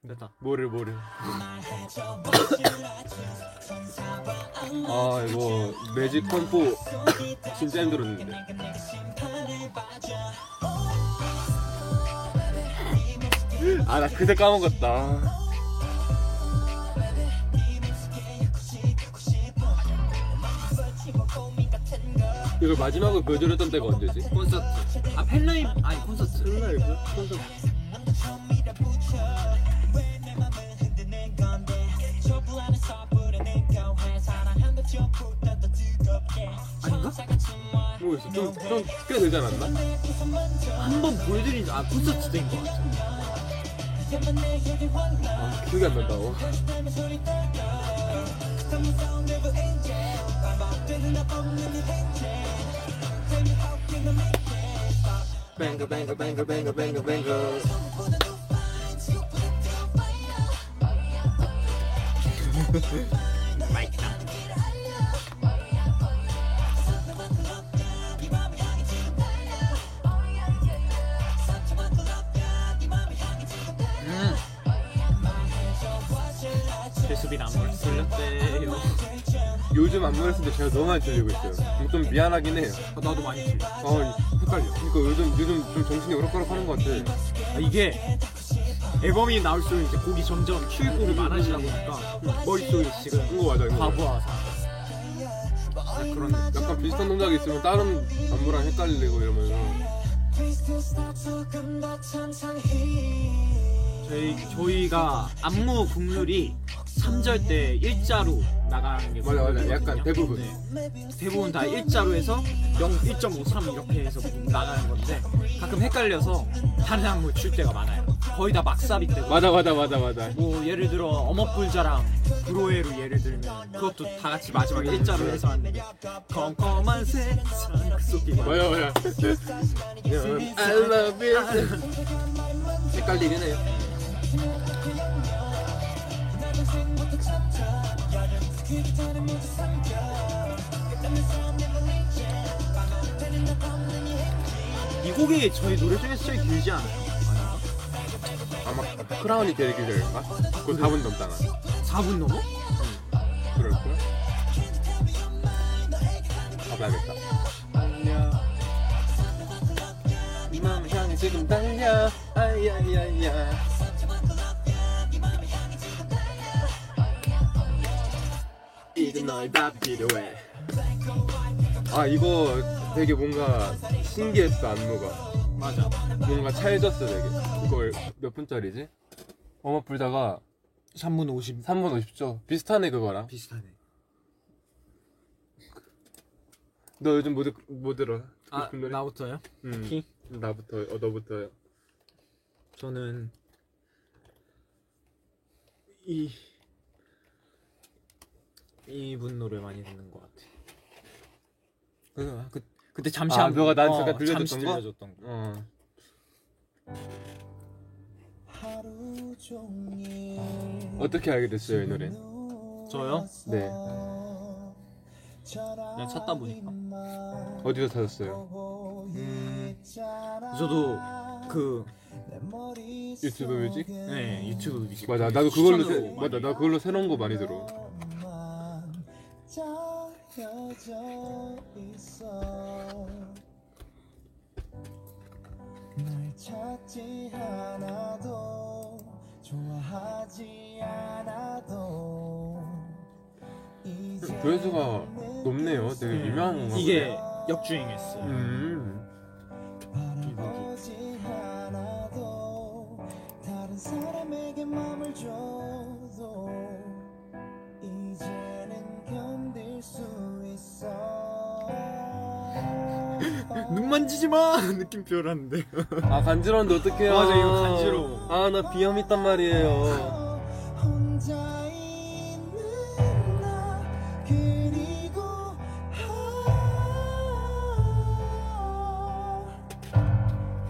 [SPEAKER 2] 됐다
[SPEAKER 1] 뭐를 뭐를 아 이거 매직 컴포 진짜 힘들었는데 아 나 그새 까먹었다 이걸 마지막으로 보여드렸던 때가 언제지?
[SPEAKER 2] 콘서트 아 팬라이브 아니 콘서트 팬라이브 콘서트 아닌가?
[SPEAKER 1] 모르겠어 좀좀꽤 되지 않았나?
[SPEAKER 2] 한 번 보여드린 아 콘서트 때인 것 같아
[SPEAKER 1] 아 기억이 안 난다 어.
[SPEAKER 4] Banger, banger, banger, banger, banger, banger.
[SPEAKER 2] 음. 제 수비 나무를 돌렸대요. 아,
[SPEAKER 1] 요즘 안무를 했을 때 제가 너무 많이 들리고 있어요. 좀 미안하긴 해요.
[SPEAKER 2] 아, 나도 많이 틀려.
[SPEAKER 1] 아, 헷갈려. 그러니까 요즘, 요즘 좀 정신이 오락가락하는 것 같아.
[SPEAKER 2] 아, 이게 앨범이 나올수록 이제 곡이 점점 출곡이 많아지다 보니까 머릿속이 지금
[SPEAKER 1] 이거 맞아, 이거. 맞아.
[SPEAKER 2] 과부하상. 약간 그런 느낌.
[SPEAKER 1] 약간 비슷한 동작이 있으면 다른 안무랑 헷갈리고 이러면서.
[SPEAKER 2] 저희 저희가 안무 국룰이 3절 때 일자로 나가는 게
[SPEAKER 1] 맞아, 맞아.
[SPEAKER 2] 국룰이거든요. 네.
[SPEAKER 1] 약간 대부분.
[SPEAKER 2] 대부분 다 일자로 해서 0, 1.5, 3 이렇게 해서 나가는 건데 가끔 헷갈려서 다른 안무 출 때가 많아요. 거의 다 막사비 때고.
[SPEAKER 1] 맞아, 맞아, 맞아, 맞아.
[SPEAKER 2] 뭐 예를 들어 어머불자랑 브로에로 예를 들면 그것도 다 같이 마지막에 일자로 해서 하는데 컴컴한 세상 그 속에
[SPEAKER 1] 맞아, 맞아. 그냥 I love it. 헷갈리긴 해요.
[SPEAKER 2] 이 곡이 저희 노래 중에서 제일 길지 않아요?
[SPEAKER 1] 아마 크라운이 제일 길을까? 그거 4분 넘잖아.
[SPEAKER 2] 4분 넘어?
[SPEAKER 1] 그럴걸? 가봐야겠다.
[SPEAKER 4] 이 마음 향해 지금 달려. 아야야야. 이제 너의 밥 필요해.
[SPEAKER 1] 아 이거 되게 뭔가 신기했어 안무가
[SPEAKER 2] 맞아
[SPEAKER 1] 뭔가 찰졌어 되게 이걸 몇 분짜리지? 어머 불다가
[SPEAKER 2] 3분 50
[SPEAKER 1] 3분 50초 비슷하네 그거랑
[SPEAKER 2] 비슷하네
[SPEAKER 1] 너 요즘 뭐, 듣- 뭐 들어?
[SPEAKER 2] 아
[SPEAKER 1] 듣고 싶은 노래?
[SPEAKER 2] 나부터요?
[SPEAKER 1] 음,
[SPEAKER 2] 키?
[SPEAKER 1] 나부터 어 너부터요
[SPEAKER 2] 저는 이 이분 노래 많이 듣는 것 같아. 그, 그 그때 잠시
[SPEAKER 1] 아,
[SPEAKER 2] 안
[SPEAKER 1] 너가 난
[SPEAKER 2] 어,
[SPEAKER 1] 잠깐 들려줬던
[SPEAKER 2] 잠시
[SPEAKER 1] 거?
[SPEAKER 2] 들려줬던 거.
[SPEAKER 1] 어
[SPEAKER 3] 하루 종일
[SPEAKER 1] 어떻게 알게 됐어요 이 노래?
[SPEAKER 2] 저요?
[SPEAKER 1] 네
[SPEAKER 3] 그냥
[SPEAKER 2] 찾다 보니까.
[SPEAKER 1] 어디서 찾았어요?
[SPEAKER 2] 저도 그
[SPEAKER 1] 유튜브 뮤직?
[SPEAKER 2] 네, 유튜브 뮤직
[SPEAKER 1] 맞아 나도 그걸로
[SPEAKER 2] 추천으로
[SPEAKER 1] 새-
[SPEAKER 2] 많이
[SPEAKER 1] 맞아 나 그걸로 새로운 거 많이 들어
[SPEAKER 3] 짜여져 있어 널 찾지 않아도 좋아하지 않아도 이제
[SPEAKER 1] 조회수가 높네요 되게
[SPEAKER 2] 네.
[SPEAKER 1] 유명한 건가 보네.
[SPEAKER 2] 이게 역주행했어요.
[SPEAKER 1] 음
[SPEAKER 3] 바라보지 않아도 다른 사람에게 마음을 줘도 이제는 견딜 수 있어
[SPEAKER 2] 눈 만지지 마 [laughs] 느낌표라는데.
[SPEAKER 1] 아 간지러운데 어떡해요
[SPEAKER 2] 맞아, 이거 간지러워.
[SPEAKER 1] 아나 비염 있단 말이에요
[SPEAKER 3] 혼자 있는 나 그리고 아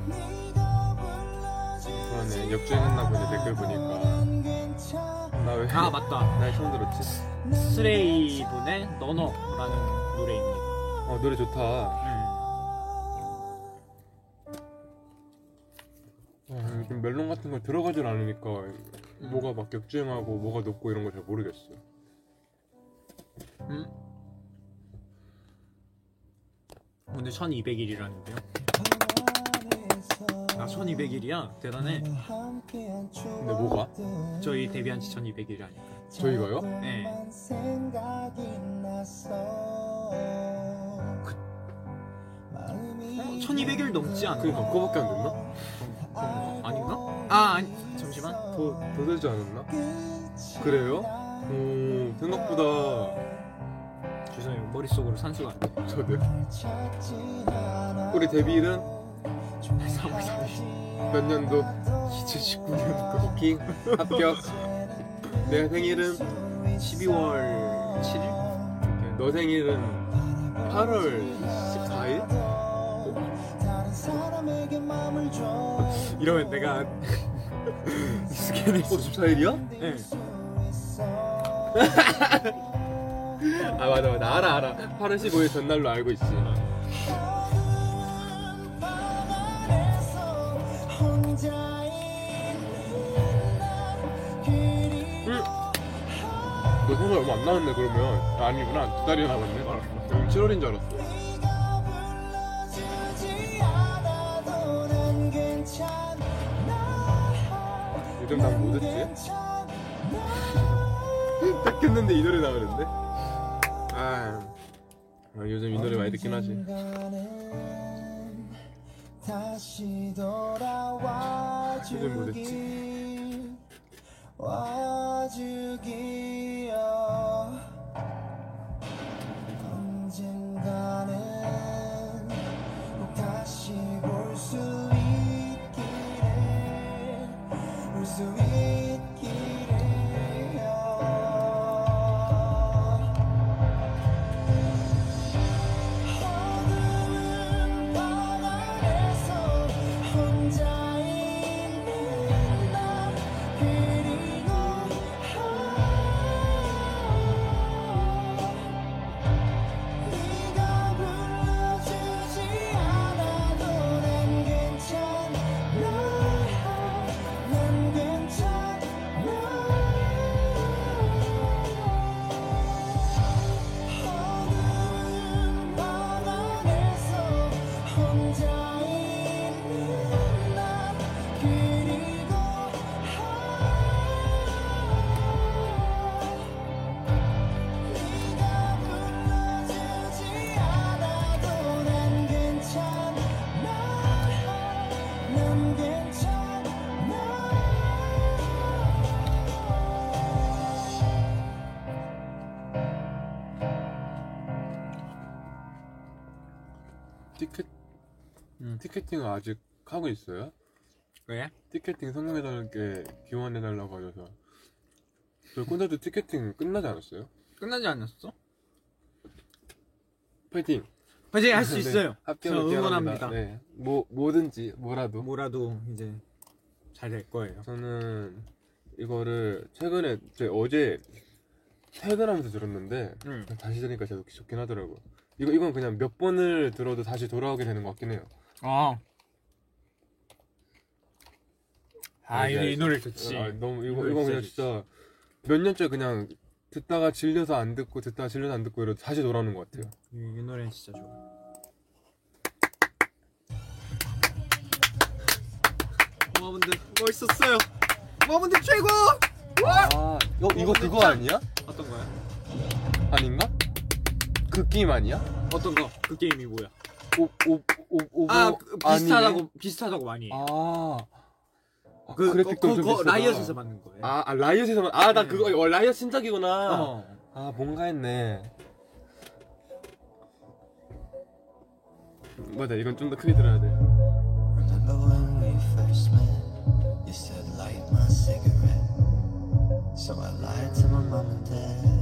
[SPEAKER 3] 네가 불러주지
[SPEAKER 1] 그러네 역주행했나 보네 댓글 보니까
[SPEAKER 3] 안 괜찮아
[SPEAKER 2] 아
[SPEAKER 1] 나왜날
[SPEAKER 2] 맞다.
[SPEAKER 1] 처음 들었지?
[SPEAKER 2] 스레이 분의 너너라는 노래입니다.
[SPEAKER 1] 어 노래 좋다
[SPEAKER 2] 음.
[SPEAKER 1] 어, 요즘 멜론 같은 걸 들어가질 않으니까 뭐가 막 역주행하고 뭐가 높고 이런 걸 잘 모르겠어
[SPEAKER 2] 음. 오늘 1200일이라는데요. 나
[SPEAKER 3] 나
[SPEAKER 2] 1200일이야. 대단해.
[SPEAKER 3] 근데
[SPEAKER 1] 뭐가?
[SPEAKER 2] 저희 데뷔한 지 1200일이 아니야.
[SPEAKER 1] 저희가요?
[SPEAKER 2] 네. 어,
[SPEAKER 3] 그
[SPEAKER 2] 1200일 넘지 않나?
[SPEAKER 1] 그니까 그거밖에 안 됐나?
[SPEAKER 3] 어,
[SPEAKER 2] 그런가? 아닌가? 아, 아니, 잠시만.
[SPEAKER 1] 더, 더 되지 않았나? 그래요? 오 생각보다
[SPEAKER 2] 죄송해요. 머릿속으로 산수가 안 돼. [laughs]
[SPEAKER 1] 저네 우리 데뷔일은
[SPEAKER 2] 3월 3일.
[SPEAKER 1] 몇 년도?
[SPEAKER 2] 2019년
[SPEAKER 1] 버킹 합격 내 생일은
[SPEAKER 2] 12월 7일?
[SPEAKER 1] 너 생일은 8월 14일?
[SPEAKER 3] 네. 다른 사람에게
[SPEAKER 2] 네.
[SPEAKER 3] 마음을 줘
[SPEAKER 2] 이러면 내가 [laughs] 스캔을
[SPEAKER 1] 어, 14일이야?
[SPEAKER 2] 네.
[SPEAKER 1] 아 맞아 맞아 알아 알아 8월 15일 전날로 알고 있지 너 생일 얼마 안 남았네 그러면 아, 아니구나 두 달이나 남았네 그럼 7월인 줄 알았어 [laughs] 요즘 난 못했지? 딱 켰는데 이 노래 나오는데? 아, 아, 요즘 이 노래 많이 듣긴 하지
[SPEAKER 3] 다시 돌아와
[SPEAKER 1] 이름 뭐랬지?
[SPEAKER 3] 주기 와주기여 언젠가는 꼭 다시 볼 수 있기를 볼 수 있기를요 어두운 밤 안에서 혼자 있는 날 그리고 네가 불러주지 않아도 난 괜찮아 난 괜찮아 어두운 밤 안에서 혼자 있는 날 그리고 네가 불러주지 않아도 난 괜찮아 난 괜찮아
[SPEAKER 1] 티켓
[SPEAKER 2] 음.
[SPEAKER 1] 티켓팅은 아직 하고 있어요?
[SPEAKER 2] 왜?
[SPEAKER 1] 티켓팅 성공해달라는 게 기원해달라고 하셔서 저희 콘서트 티켓팅 끝나지 않았어요?
[SPEAKER 2] 끝나지 않았어?
[SPEAKER 1] 파이팅!
[SPEAKER 2] 화이팅 아, 할 수
[SPEAKER 1] [laughs] 네,
[SPEAKER 2] 있어요. 저
[SPEAKER 1] 합격을
[SPEAKER 2] 응원합니다.
[SPEAKER 1] 기원합니다. 네, 뭐 뭐든지 뭐라도
[SPEAKER 2] 뭐라도 이제 잘 될 거예요.
[SPEAKER 1] 저는 이거를 최근에 제 어제 퇴근하면서 들었는데
[SPEAKER 2] 응.
[SPEAKER 1] 다시 들으니까 계속 좋긴 하더라고. 이거 이건 그냥 몇 번을 들어도 다시 돌아오게 되는 것 같긴 해요.
[SPEAKER 2] 아. 아,
[SPEAKER 1] 알지,
[SPEAKER 2] 이, 이
[SPEAKER 1] 알지.
[SPEAKER 2] 노래 좋지.
[SPEAKER 1] 아, 너무 이거
[SPEAKER 2] 이거 진짜
[SPEAKER 1] 이건 그냥 진짜 몇 년째 그냥 듣다가 질려서 안 듣고 듣다가 질려서 안 듣고 이러 다시 돌아오는 것 같아요.
[SPEAKER 2] 이, 이 노래 진짜 좋아. 고마분들 멋있었어요. 고마분들 최고.
[SPEAKER 1] 아, 이거 이거 그거 아니야?
[SPEAKER 2] 어떤 거야?
[SPEAKER 1] 아닌가? 그 게임 아니야?
[SPEAKER 2] 어떤 거? 그 게임이 뭐야?
[SPEAKER 1] 오오오오
[SPEAKER 2] 아, 그, 비슷하다고 비슷하고 많이 해요.
[SPEAKER 1] 아, 아,
[SPEAKER 2] 그,
[SPEAKER 1] 그래픽도
[SPEAKER 2] 그,
[SPEAKER 1] 좀
[SPEAKER 2] 그,
[SPEAKER 1] 비슷하다.
[SPEAKER 2] 라이엇에서 만든 거예요.
[SPEAKER 1] 아, 아 라이엇에서만 아 나 그거 어, 라이엇 신작이구나.
[SPEAKER 2] 어.
[SPEAKER 1] 아 뭔가 했네. 맞아 이건 좀 더 크게 들어야 돼.
[SPEAKER 3] Remember when we first met? You said light my cigarette. So I lied to my mom and dad.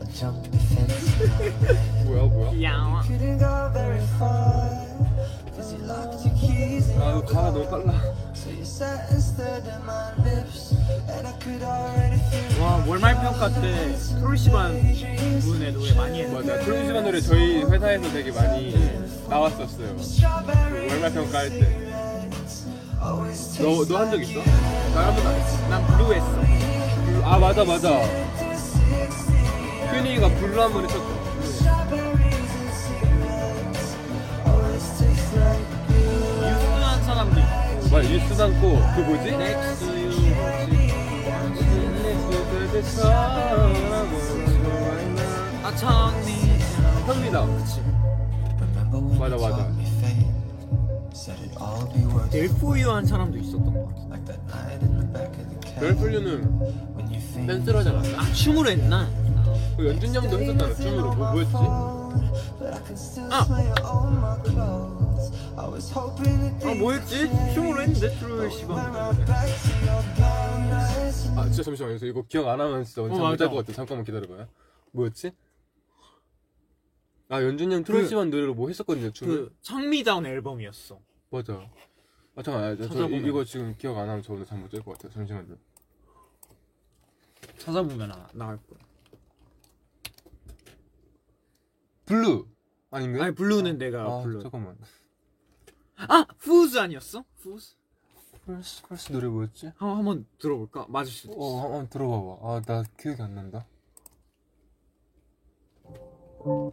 [SPEAKER 3] I jumped the fence [laughs] and I ran.
[SPEAKER 1] 뭐야 뭐야?
[SPEAKER 2] 야.
[SPEAKER 3] Couldn't go very far. Cause you locked your keys in
[SPEAKER 1] 아
[SPEAKER 3] your
[SPEAKER 1] 이거 가라
[SPEAKER 3] car.
[SPEAKER 1] 너무 빨라.
[SPEAKER 3] So you sat and stared at my lips. And I could already feel
[SPEAKER 2] 와 월말 평가 때 트로이 시반 분의 노래 많이 했는데
[SPEAKER 1] 맞아 트루시간 노래 저희 회사에서 되게 많이 나왔었어요.
[SPEAKER 3] strawberry
[SPEAKER 1] 월말 평가할 때.
[SPEAKER 3] always
[SPEAKER 1] 너 너 한 적 있어? 나한 번도 안 했어.
[SPEAKER 2] 난 블루 했어.
[SPEAKER 1] 아 맞아 맞아. 퀸이가 블루 한 번 했었고.
[SPEAKER 3] strawberries and cigarettes. Always tastes like you.
[SPEAKER 2] 유순한 사람도 있고
[SPEAKER 1] 맞아 뉴스 담고 그 뭐지?
[SPEAKER 2] 넥스 유 아창니 아,
[SPEAKER 1] 현미다.
[SPEAKER 3] Remember when
[SPEAKER 1] Wada,
[SPEAKER 3] you
[SPEAKER 1] wada.
[SPEAKER 3] taught me fate? Said it'd all be worth it.
[SPEAKER 2] 델포유한 사람도 있었던 것 같아
[SPEAKER 3] Like that night in the back of the cab.
[SPEAKER 1] 별풀류는
[SPEAKER 3] When you think
[SPEAKER 1] 댄스를 하지 않았어?
[SPEAKER 2] 아 춤으로 했나?
[SPEAKER 1] 그 연준 형도 했었잖아 춤으로 뭐 뭐였지? 아!
[SPEAKER 3] But I can still
[SPEAKER 2] Ah.
[SPEAKER 3] smell your aroma clothes. I was hoping that
[SPEAKER 2] 아 뭐였지? 춤으로 했는데 트롤 시범
[SPEAKER 3] back to your brown eyes.
[SPEAKER 1] 아 진짜 잠시만요. 저 이거 기억 안 하면 진짜
[SPEAKER 2] 어,
[SPEAKER 1] 완전 못할
[SPEAKER 2] 맞아.
[SPEAKER 1] 것 같아. 잠깐만 기다려봐요. 뭐였지? 아 연준이 형
[SPEAKER 2] 그-
[SPEAKER 1] 트롯지만 노래로 뭐 했었거든요 춤을
[SPEAKER 2] 그 청미다운 앨범이었어.
[SPEAKER 1] 맞아 아 잠깐 아, 저
[SPEAKER 2] 찾아보면.
[SPEAKER 1] 이- 이거 지금 기억 안 하면 저 오늘 잠못 잘 것 같아요 잠시만요
[SPEAKER 2] 찾아보면 아, 나올 거야.
[SPEAKER 1] 블루 아닌가요?
[SPEAKER 2] 아니 블루는 내가
[SPEAKER 1] 아,
[SPEAKER 2] 불러.
[SPEAKER 1] 잠깐만
[SPEAKER 2] 아 후즈 아니었어? 후즈?
[SPEAKER 1] 플러스 플러스 노래 뭐였지?
[SPEAKER 2] 한번 한번 들어볼까? 맞을 수도 있어.
[SPEAKER 1] 어 한번 들어봐봐 아 나 기억이 안 난다
[SPEAKER 3] 아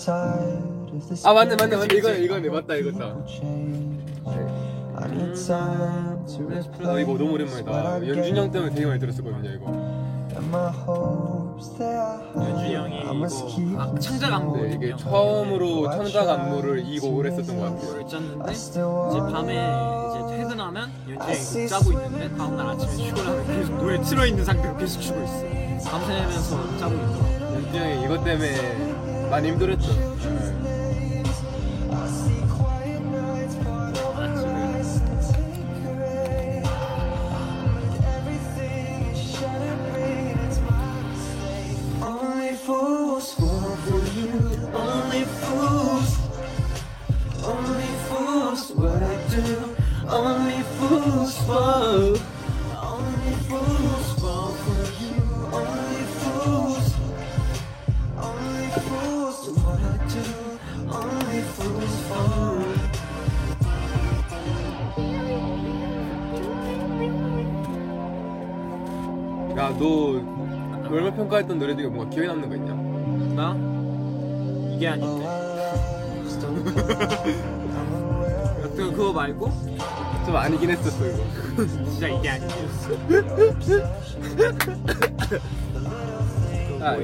[SPEAKER 1] 아 맞네 맞네 맞네 이거네 이거네 맞다 이거다 나 음. 아, 이거 너무 오랜만이다 연준이 형 때문에 되게 많이 들었었거든요 이거
[SPEAKER 2] 연준이 형이 이거 아, 창작 안무
[SPEAKER 1] 네, 이게 처음으로 창작 안무를 이 곡을 했었던 것 같아요
[SPEAKER 2] 이거를 짰는데 이제 밤에 이제 퇴근하면 연준이 이거 짜고 있는데 다음날 아침에 출근하면 계속 노래 틀어 있는 상태로 계속 추고 있어. 밤새면서 짜고 있더라고.
[SPEAKER 1] 연준이 형이 이것 때문에 많이 힘들었죠 네.
[SPEAKER 2] 아,
[SPEAKER 3] Only fools fall for you. Only fools. Only fools what I do. Only fools fall. Only fools fall for you. Only fools. Only fools what I do. Only fools fall.
[SPEAKER 1] 야너 얼마 평가했던 노래 중에 뭔가 기억에 남는 거 있냐?
[SPEAKER 2] 나 이게 아닌데. Oh, 여튼 그거 말고
[SPEAKER 1] 좀 아니긴 했었어 이거
[SPEAKER 2] 진짜 이게 아닌데.
[SPEAKER 1] 아,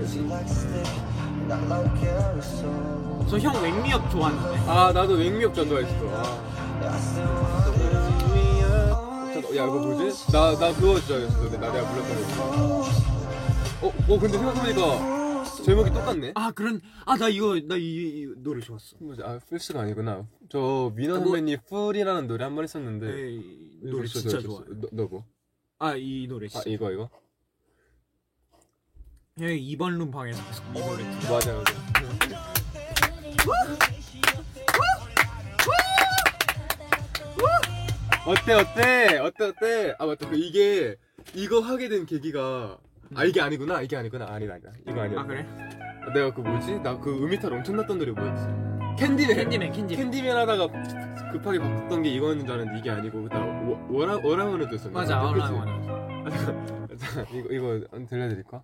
[SPEAKER 2] 저형 웽미업 좋아하는데.
[SPEAKER 1] 아 나도 맹미역전 좋아했어 아. 잠깐, 야 이거 뭐지? 나 나 그거 좋아했어 근데 나 내가 불렀던 거 어? 어 근데 생각해보니까 제목이 똑같네
[SPEAKER 2] 아 그런 아 나 이거 나 이 노래 좋았어.
[SPEAKER 1] 뭐지? 아, 필스가 아니구나. 저 민호
[SPEAKER 2] 아, 뭐-
[SPEAKER 1] 선배님 풀이라는 노래 한
[SPEAKER 2] 네.
[SPEAKER 1] 번 했었는데
[SPEAKER 2] 에이,
[SPEAKER 1] 이거
[SPEAKER 2] 노래
[SPEAKER 1] 벌써
[SPEAKER 2] 진짜 좋아.
[SPEAKER 1] 들었어. 너, 너 뭐?
[SPEAKER 2] 아 예. 이 노래
[SPEAKER 1] 아
[SPEAKER 2] 진짜.
[SPEAKER 1] 이거 이거?
[SPEAKER 2] 형이 2번 룸 방에서 계속 이 노래. 듣고
[SPEAKER 1] 맞아 맞아. 어때 어때 어때 어때? 아 맞다. 그 이게 이거 하게 된 계기가 아 이게 아니구나 이게 아니구나 아니다 아니다 이거 아니야.
[SPEAKER 2] 아 그래?
[SPEAKER 1] 내가 그 뭐지? 나 그 음이탈 엄청 났던 노래 뭐였지? 캔디맨.
[SPEAKER 2] 캔디맨 네. 캔디맨.
[SPEAKER 1] 캔디맨 하다가 급하게 바꿨던 게 이거였는 줄 알았는데 이게 아니고 나 워라 워라원을 었었는
[SPEAKER 2] 맞아 알아 알아.
[SPEAKER 1] 이거 이거 안 들려드릴까?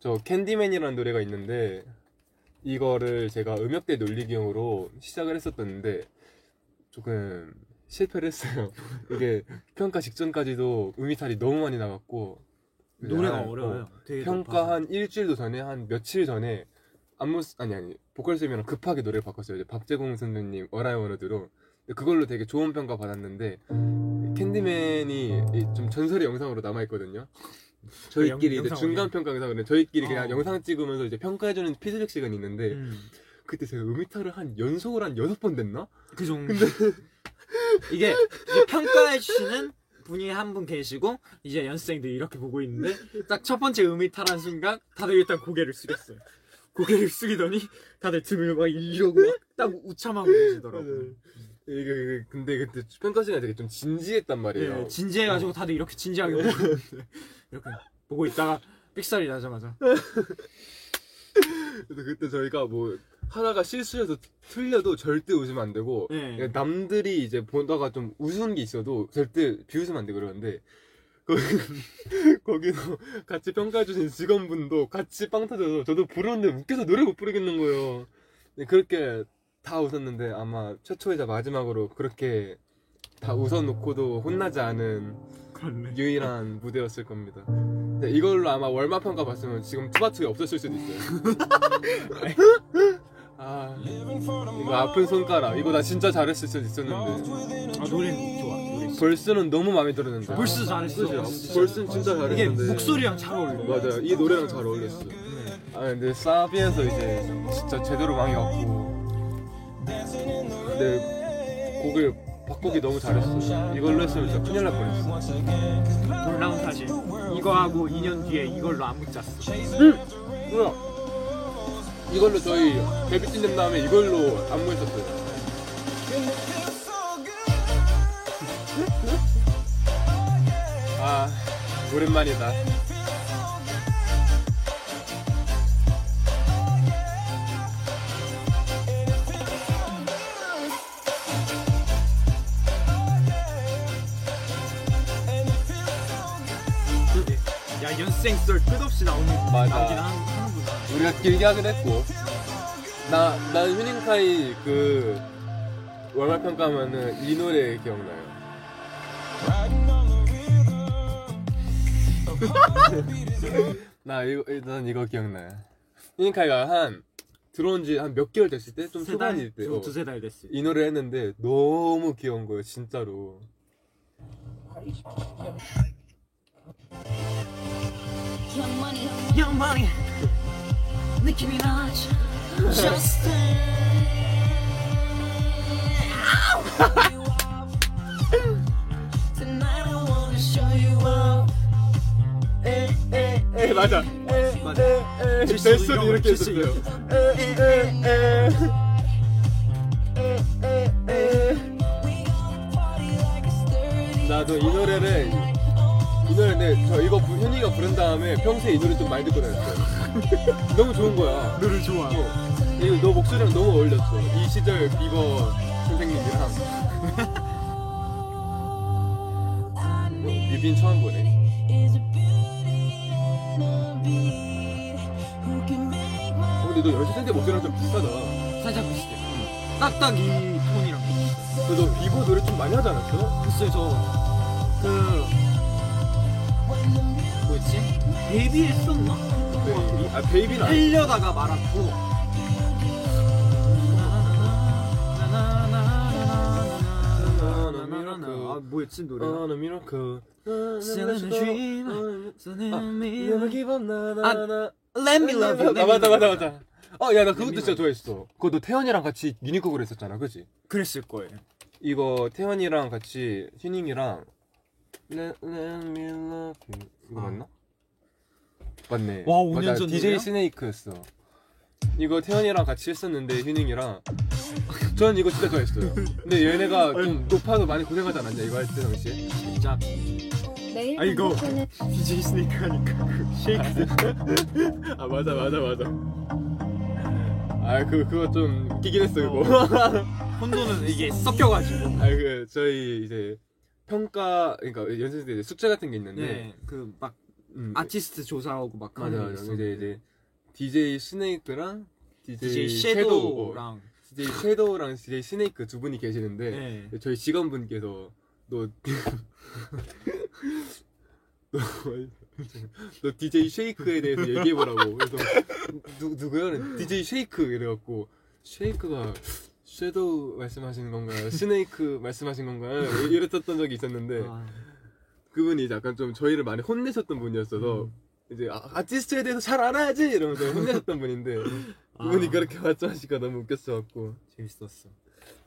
[SPEAKER 1] 저 캔디맨이라는 노래가 있는데 이거를 제가 음역대 놀리기용으로 시작을 했었는데 조금 실패를 했어요. [laughs] 이게 평가 직전까지도 음이탈이 너무 많이 나갔고
[SPEAKER 2] 노래가
[SPEAKER 1] 한,
[SPEAKER 2] 어려워요.
[SPEAKER 1] 어,
[SPEAKER 2] 되게
[SPEAKER 1] 평가 한 일주일도 전에 한 며칠 전에 안무 스- 아니 아니 보컬 쌤이랑 급하게 노래를 바꿨어요. 이제 박재공 선배님 어라이워너드로 근데 그걸로 되게 좋은 평가 받았는데 캔디맨이 이좀 전설의 영상으로 남아 있거든요.
[SPEAKER 2] 그
[SPEAKER 1] 저희끼리
[SPEAKER 2] 영-
[SPEAKER 1] 이제
[SPEAKER 2] 영상
[SPEAKER 1] 중간
[SPEAKER 2] 어디야?
[SPEAKER 1] 평가 영상을 저희끼리 그냥
[SPEAKER 2] 어.
[SPEAKER 1] 영상 찍으면서 이제 평가해주는 피드백 시간이 있는데
[SPEAKER 2] 음,
[SPEAKER 1] 그때 제가 음이탈을 한 연속으로 한 여섯 번 됐나?
[SPEAKER 2] 그 정도. [laughs] 이게, 이게 평가해 주시는 분이 한 분 계시고 이제 연습생들이 이렇게 보고 있는데 딱 첫 번째 음이 탈한 순간 다들 일단 고개를 숙였어요. 고개를 숙이더니 다들 등을 막 이러고 막딱 우참하고 계시더라고요.
[SPEAKER 1] 네. 이게, 이게 근데 그때 평가 시간이 되게 좀 진지했단 말이에요.
[SPEAKER 2] 예, 진지해가지고 다들 이렇게 진지하게
[SPEAKER 1] 네.
[SPEAKER 2] 보고 있는데 이렇게 보고 있다가 삑살이 나자마자
[SPEAKER 1] 그래서 그때 저희가 뭐 하다가 실수해서 틀려도 절대 웃으면 안 되고
[SPEAKER 2] 예.
[SPEAKER 1] 그러니까 남들이 이제 보다가 좀 우스운 게 있어도 절대 비웃으면 안 되고 그러는데 [laughs] 거기- 거기서 같이 평가해주신 직원분도 같이 빵 터져서 저도 부르는데 웃겨서 노래 못 부르겠는 거예요 근데 그렇게 다 웃었는데 아마 최초이자 마지막으로 그렇게 다 웃어놓고도 혼나지 않은
[SPEAKER 2] 그렇네.
[SPEAKER 1] 유일한 무대였을 겁니다. 근데 이걸로 아마 월마 평가 봤으면 지금 투바투가 없었을 수도 있어요. [laughs] 아, 이거 아픈 손가락. 이거 나 진짜 잘했을 수도 있었는데.
[SPEAKER 2] 아 노래 좋아. 노래
[SPEAKER 1] 벌스는 너무 마음에 들었는데.
[SPEAKER 2] 벌스 잘했어.
[SPEAKER 1] 벌스 벌스는 진짜
[SPEAKER 2] 이게
[SPEAKER 1] 잘했는데.
[SPEAKER 2] 목소리랑 잘 어울려.
[SPEAKER 1] 네. 맞아요. 이 노래랑 잘 어울렸어. 아 근데 사비에서 이제 진짜 제대로 망이 왔고. 근데 곡을 바꾸기 너무 잘했어. 이걸로 했으면 진짜 큰일 날 뻔했어.
[SPEAKER 2] 놀라운 사실 이거하고 2년 뒤에 이걸로 안 붙였어.
[SPEAKER 1] 뭐야? 이걸로 저희 데뷔 찔린 다음에 이걸로 안무했었어요. [laughs] 아 오랜만이다.
[SPEAKER 2] 그러게. 야 연생썰 끝없이 나오는
[SPEAKER 1] 맞아.
[SPEAKER 2] 나오긴 하- 하는구나.
[SPEAKER 1] 우리가 길게 하기로 했고 나난 휴닝카이 그 월말 평가하면은 이 노래 기억나요. [laughs] 나 이거 난 이거 기억나요. 휴닝카이가 한 들어온 지 한 몇 개월 됐을 때 좀
[SPEAKER 2] 세 달,
[SPEAKER 1] 초반일 때 어,
[SPEAKER 2] 두세 달 됐을 때.
[SPEAKER 1] 이 노래 했는데 너무 귀여운 거예요 진짜로.
[SPEAKER 5] Young money,
[SPEAKER 2] Young money.
[SPEAKER 5] Nicki Minaj, Justin. Tonight I wanna show you off.
[SPEAKER 1] 에 맞아.
[SPEAKER 2] 맞아.
[SPEAKER 1] 뱃소리 이렇게
[SPEAKER 2] 키스
[SPEAKER 1] 했었어요.
[SPEAKER 2] 이렇게.
[SPEAKER 5] We gonna party like it's 30.
[SPEAKER 1] 나도 이 노래를 이 노래 내저 이거 부- 현이가 부른 다음에 평소에 이 노래 좀 많이 듣고 다녔어요. [laughs] 너무 좋은 거야.
[SPEAKER 2] 너를 좋아.
[SPEAKER 1] 어, 이거 너 목소리랑 너무 어울렸어. 이 시절 비버 선생님이랑 [laughs] 어,
[SPEAKER 5] I
[SPEAKER 1] 뮤빈 처음 보네.
[SPEAKER 5] is a beauty and a beat who can make my
[SPEAKER 1] 어, 근데 너 연습생 때 목소리랑 좀 비슷하다.
[SPEAKER 2] 살짝 비슷해. 딱딱 이 톤이랑 비슷해.
[SPEAKER 1] 너 너 비버 노래 좀 많이 하지 않았어?
[SPEAKER 2] 글쎄 저그 뭐였지? 데뷔 했었나?
[SPEAKER 1] 네, 아, 이- 아 베이비는 아니.
[SPEAKER 2] 하려다가 말았고. 아 뭐였지 노래?
[SPEAKER 1] On a miracle.
[SPEAKER 2] Selling a dream.
[SPEAKER 1] 아,
[SPEAKER 2] Let me love you.
[SPEAKER 1] 아, 맞아, 맞아, 맞아. 어, 야,
[SPEAKER 2] Let
[SPEAKER 1] 나
[SPEAKER 2] me
[SPEAKER 1] 그것도 진짜
[SPEAKER 2] love you.
[SPEAKER 1] 좋아했어. 그거 너 태연이랑 같이 유니크으로 했었잖아, 그지?
[SPEAKER 2] 그랬을 거예요.
[SPEAKER 1] 이거 태연이랑 같이 휴닝이랑 네, Let, let me love you. 네, 이거
[SPEAKER 2] 아.
[SPEAKER 1] 맞나? 맞네.
[SPEAKER 2] 와, 오년
[SPEAKER 1] 맞아,
[SPEAKER 2] 전 노래야?
[SPEAKER 1] DJ 스네이크였어. 이거 태연이랑 같이 했었는데 휴닝이랑 전 이거 진짜 좋아했어요. 근데 얘네가 좀 [laughs] 높아서 많이 고생하지 않았냐 이거 할 때 당시에.
[SPEAKER 2] 진짜.
[SPEAKER 6] 매일
[SPEAKER 2] 아, 이거.
[SPEAKER 6] 반복되는
[SPEAKER 2] DJ 스네이크 하니까 그 쉐이크.
[SPEAKER 1] 아 맞아 맞아 맞아. 아그 그거 좀 웃기긴 했어 그거.
[SPEAKER 2] 혼돈은 이게 섞여가지고.
[SPEAKER 1] [laughs] 아 그 저희 이제 평가 그러니까 연습생 때 이제 숙제 같은 게 있는데
[SPEAKER 2] 네, 그 막
[SPEAKER 1] 음,
[SPEAKER 2] 아티스트 조사하고 막
[SPEAKER 1] 맞아 네,
[SPEAKER 2] 하는 게
[SPEAKER 1] 맞아
[SPEAKER 2] 있었는데. 그
[SPEAKER 1] 이제 이제 DJ 스네이크랑 DJ,
[SPEAKER 2] DJ
[SPEAKER 1] 섀도우 어,
[SPEAKER 2] 섀도우랑
[SPEAKER 1] DJ 섀도우랑 DJ 스네이크 두 분이 계시는데
[SPEAKER 2] 네.
[SPEAKER 1] 저희 직원분께서 너너 [laughs] 너, 너 DJ 쉐이크에 대해서 얘기해 보라고 그래서 누 누구야 DJ 쉐이크 이래갖고 쉐이크가 섀도우 말씀하시는 건가요 스네이크 말씀하신 건가요 이랬었던 적이 있었는데
[SPEAKER 2] 아,
[SPEAKER 1] 그분이 약간 좀 저희를 많이 혼내셨던 분이었어서
[SPEAKER 2] 음.
[SPEAKER 1] 이제 아, 티스트에 대해서 잘 알아야지 이러면서 혼내셨던 분인데 그분이
[SPEAKER 2] [laughs] 아.
[SPEAKER 1] 그렇게 말씀하시니까 너무 웃겼어갖고
[SPEAKER 2] 재밌었어.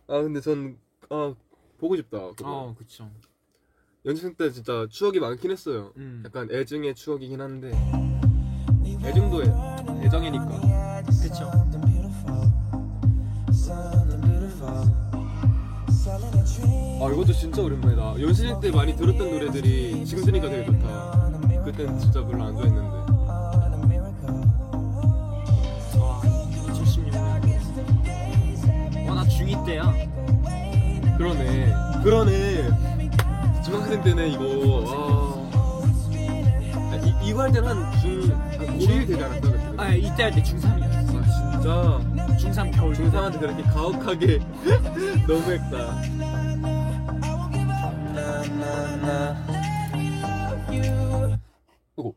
[SPEAKER 1] 아 근데 전 아 보고 싶다 그거
[SPEAKER 2] 어, 그쵸.
[SPEAKER 1] 연습생 때 진짜 추억이 많긴 했어요
[SPEAKER 2] 음.
[SPEAKER 1] 약간 애증의 추억이긴 한데 애증도 애, 애정이니까
[SPEAKER 2] 그쵸.
[SPEAKER 1] 아 이것도 진짜 오랜만이다 연습생 때 많이 들었던 노래들이 지금 들으니까 되게 좋다 그땐 진짜 별로 안 좋아했는데
[SPEAKER 2] 와, 2016년. 와, 어, 나 중2 때야.
[SPEAKER 1] 그러네 그러네 중학생 때네 이거 아. 아, 이, 이거 할 때는 한중 한 5일 되지 않았나 그때
[SPEAKER 2] 아, 이때 할 때 중3이었어.
[SPEAKER 1] 아 진짜
[SPEAKER 2] 중3 겨울.
[SPEAKER 1] 중3한테 그렇게 가혹하게 [laughs] 너무했다 어고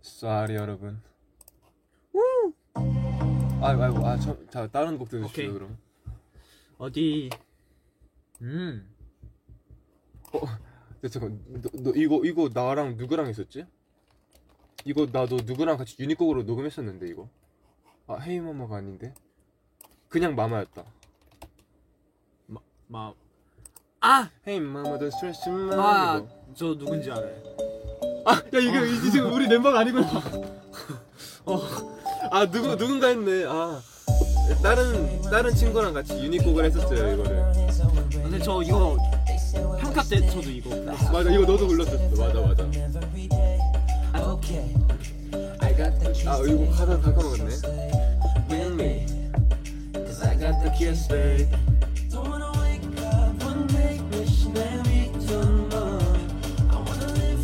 [SPEAKER 1] 쏘리 여러분 우! 아 아이고 아, 저, 자 다른 곡
[SPEAKER 2] 오케이.
[SPEAKER 1] 들으시죠 그럼
[SPEAKER 2] 어디. 음.
[SPEAKER 1] 근데 잠깐 너, 너 이거 이거 나랑 누구랑 했었지? 이거 나도 누구랑 같이 유니곡으로 녹음했었는데 이거 아 헤이마마가 아닌데 그냥 마마였다
[SPEAKER 2] 막. 아!
[SPEAKER 1] 헤이마마 더 스트레스
[SPEAKER 2] 아,
[SPEAKER 1] 마 이거.
[SPEAKER 2] 저 누군지 알아요.
[SPEAKER 1] [laughs] 아, 야 이거 이- 지금 우리 멤버가 아니구나.
[SPEAKER 2] 어.
[SPEAKER 1] 아 누구 누군가 했네. 아 다른 다른 친구랑 같이 유닛곡을 했었어요 이거를.
[SPEAKER 2] 근데 저 이거 평가 때 저도 이거 불렀어요.
[SPEAKER 1] 맞아 이거 너도 불렀었어. 맞아 맞아. 아 이거 가사 다 까먹었네.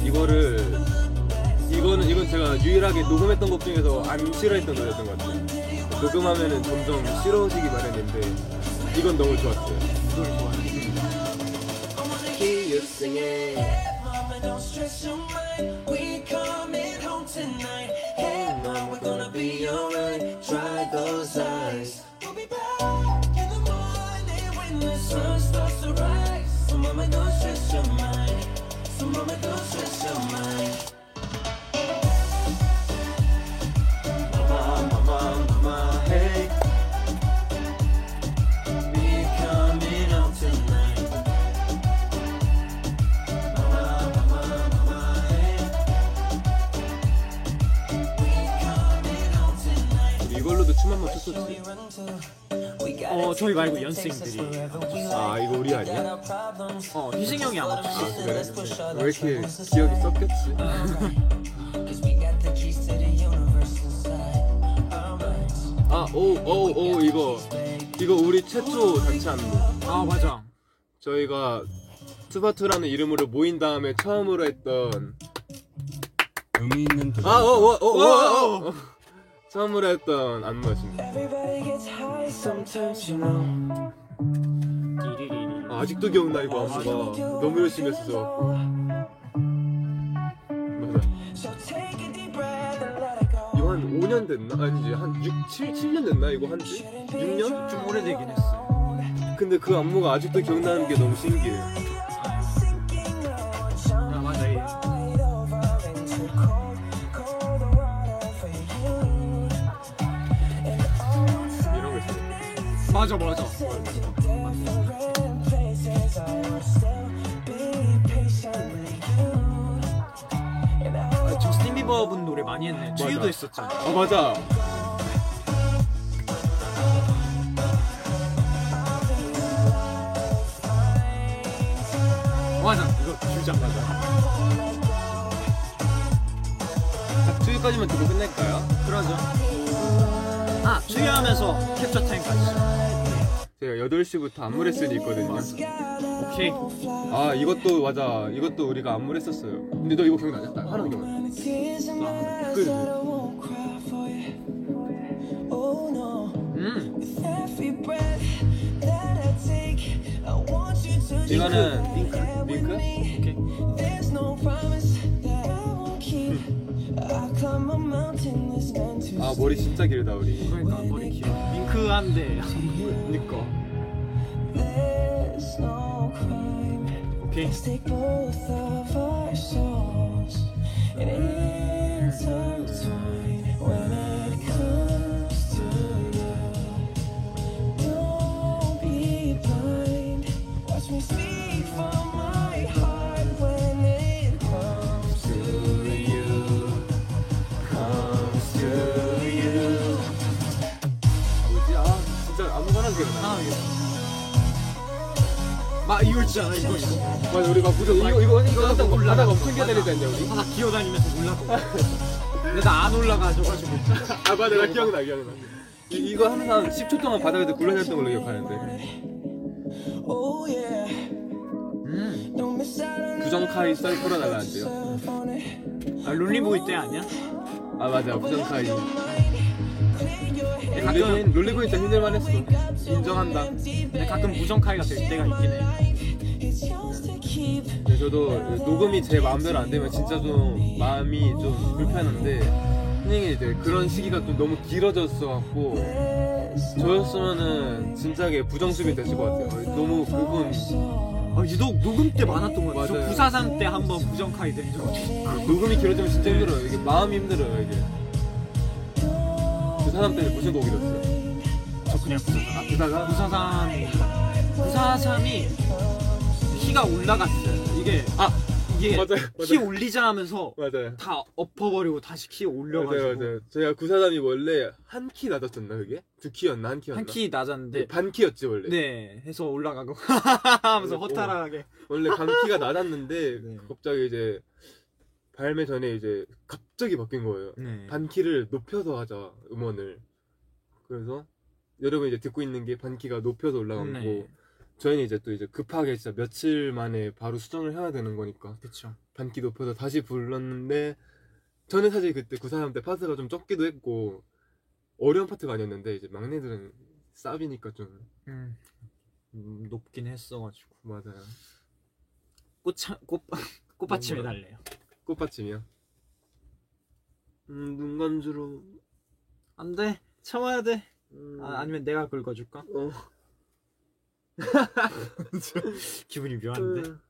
[SPEAKER 1] 이거를 이거는 이건 제가 유일하게 녹음했던 곡 중에서 안 싫어했던 노래였던 것 같아요. 녹음하면은 점점 싫어지기 마련인데 이건 너무 좋았어요. 이걸로도 춤 한 번 췄었지.
[SPEAKER 2] 어 저희 말고 연생들이
[SPEAKER 1] 아 이거 우리 아니야?
[SPEAKER 2] 어 희승 형이 아마
[SPEAKER 1] 아 그래? 왜 이렇게 기억이 섞였지? 아오오오 이거 이거 우리 최초 단체 안무.
[SPEAKER 2] 아 맞아
[SPEAKER 1] 저희가 투바투라는 이름으로 모인 다음에 처음으로 했던 아, 어,
[SPEAKER 6] 의미 있는 도전.
[SPEAKER 1] 아오오오오오 어, 처음으로 했던 안무였습니다.
[SPEAKER 2] 디리리리
[SPEAKER 1] 아, 아직도 기억나 이거 안무가 너무 열심히 했어서. 맞아. 이거 한 5년 됐나? 아니지 한 6, 7, 7년 됐나 이거 한지? 6년?
[SPEAKER 2] 좀 오래되긴 했어
[SPEAKER 1] 근데 그 안무가 아직도 기억나는 게 너무 신기해요.
[SPEAKER 2] 아 맞아 예.
[SPEAKER 1] 이런 거 있어요.
[SPEAKER 2] 맞아 맞아 아, 저스틴 비버 분 노래 많이 했네 트유도 했었잖아
[SPEAKER 1] 아 맞아.
[SPEAKER 2] 맞아 이거 주장 맞아
[SPEAKER 1] 투유까지만 듣고 끝낼까요?
[SPEAKER 2] 그러죠 아 트유 하면서 캡처 타임까지
[SPEAKER 1] 제가 8시부터 안무 레슨이 있거든요.
[SPEAKER 2] 오케이
[SPEAKER 1] 아 이것도 맞아. 이것도 우리가 안무 레슨했어요. 근데 너 이거 기억나냐? 나 하나 기억나. 그
[SPEAKER 5] Oh,
[SPEAKER 2] 음
[SPEAKER 1] 이거는 링크 링크?
[SPEAKER 2] 오케이
[SPEAKER 5] There's no promise that I won't keep. I climb a mountain that's meant to
[SPEAKER 1] 아 머리 진짜 길다 우리.
[SPEAKER 2] 그러니까 머리 길어 윙크한데
[SPEAKER 1] 그니까.
[SPEAKER 5] There's no crime.
[SPEAKER 2] 오케이
[SPEAKER 5] Let's take both of our souls and intertwine when it comes to you. Don't be blind. Watch me speak from my heart when it comes to you. Comes to you.
[SPEAKER 1] 뭐지? 아 진짜 안무가 하나 기억나.
[SPEAKER 2] 아 이거 막 이럴 줄 알아 이거 이거
[SPEAKER 1] 맞아 우리 막 무조건 이거 이거 이거 하다 올라다 엄청 기다리다 했냐 우리?
[SPEAKER 2] 막 기어다니면서 올라가 근데 나 안 올라가져가지고
[SPEAKER 1] 아 맞아 나 기억나 기억나. 이, 이거 항상 10초 동안 바닥에서 굴러다녔던 걸로 기억하는데
[SPEAKER 5] Oh yeah.
[SPEAKER 2] 음아
[SPEAKER 5] Don't miss out on
[SPEAKER 1] 부정카이 썰 풀어달라는데요
[SPEAKER 5] yourself on it.
[SPEAKER 2] 아, 롤리보이 때 아니야?
[SPEAKER 1] 아 맞아 부정카이
[SPEAKER 5] Clear your head.
[SPEAKER 1] 롤리고인 롤리고인 때 힘들만 했어 인정한다
[SPEAKER 2] 근데 가끔 무정카이가 될 때가 있긴 해
[SPEAKER 5] It's yours to keep.
[SPEAKER 1] 근데 저도 녹음이 제 마음대로 안 되면 진짜 좀 마음이 좀 불편한데 선생님이 이제 그런 시기가 좀 너무 길어졌어 갖고 저였으면은 진작에 부정수비 됐을 것 같아요 너무 녹음
[SPEAKER 2] 아, 유독 녹음 때 많았던 것 같아요.
[SPEAKER 1] 맞아요.
[SPEAKER 2] 저943 때 한번 부정카이 된적 있어요.
[SPEAKER 1] 녹음이 길어지면 진짜 힘들어요 이게 마음이 힘들어요 이게 그 사람 때문에 무슨 곡이 됐어요
[SPEAKER 2] 저 그냥 부사가
[SPEAKER 1] 부사가?
[SPEAKER 2] 943 943이 키가 올라갔어요. 이게
[SPEAKER 1] 아
[SPEAKER 2] 이게
[SPEAKER 1] 맞아요.
[SPEAKER 2] 키
[SPEAKER 1] 맞아요.
[SPEAKER 2] 올리자 하면서
[SPEAKER 1] 맞아요.
[SPEAKER 2] 다 엎어버리고 다시 키 올려가지고
[SPEAKER 1] 맞아요. 맞아요. 제가 그 구사단이 원래 한 키 낮았었나 그게? 두 키였나 한 키였나?
[SPEAKER 2] 한 키 낮았는데
[SPEAKER 1] 반 키였지 원래.
[SPEAKER 2] 네 해서 올라가고 [laughs] 하면서
[SPEAKER 1] 오.
[SPEAKER 2] 허탈하게
[SPEAKER 1] 원래
[SPEAKER 2] [laughs]
[SPEAKER 1] 반 키가 낮았는데
[SPEAKER 2] 네.
[SPEAKER 1] 갑자기 이제 발매 전에 이제 갑자기 바뀐 거예요.
[SPEAKER 2] 네.
[SPEAKER 1] 반 키를 높여서 하자 음원을. 그래서 여러분 이제 듣고 있는 게 반 키가 높여서 올라간
[SPEAKER 2] 네.
[SPEAKER 1] 거고 저희는 이제 또 이제 급하게 진짜 며칠 만에 바로 수정을 해야 되는 거니까
[SPEAKER 2] 그쵸
[SPEAKER 1] 반기 높여서 다시 불렀는데 저는 사실 그때 구사람 때 파트가 좀 적기도 했고 어려운 파트가 아니었는데 이제 막내들은 쌉이니까 좀
[SPEAKER 2] 음. 음, 높긴 했어가지고
[SPEAKER 1] 맞아요
[SPEAKER 2] 꽃차, [laughs] 꽃 꽃받침에
[SPEAKER 1] 뭔가-
[SPEAKER 2] 달래요
[SPEAKER 1] 꽃받침이요 음, 눈 감주로
[SPEAKER 2] 안돼 참아야 돼
[SPEAKER 1] 음,
[SPEAKER 2] 아, 아니면 내가 긁어줄까
[SPEAKER 1] 어.
[SPEAKER 2] [laughs] 기분이 묘한데
[SPEAKER 1] 음.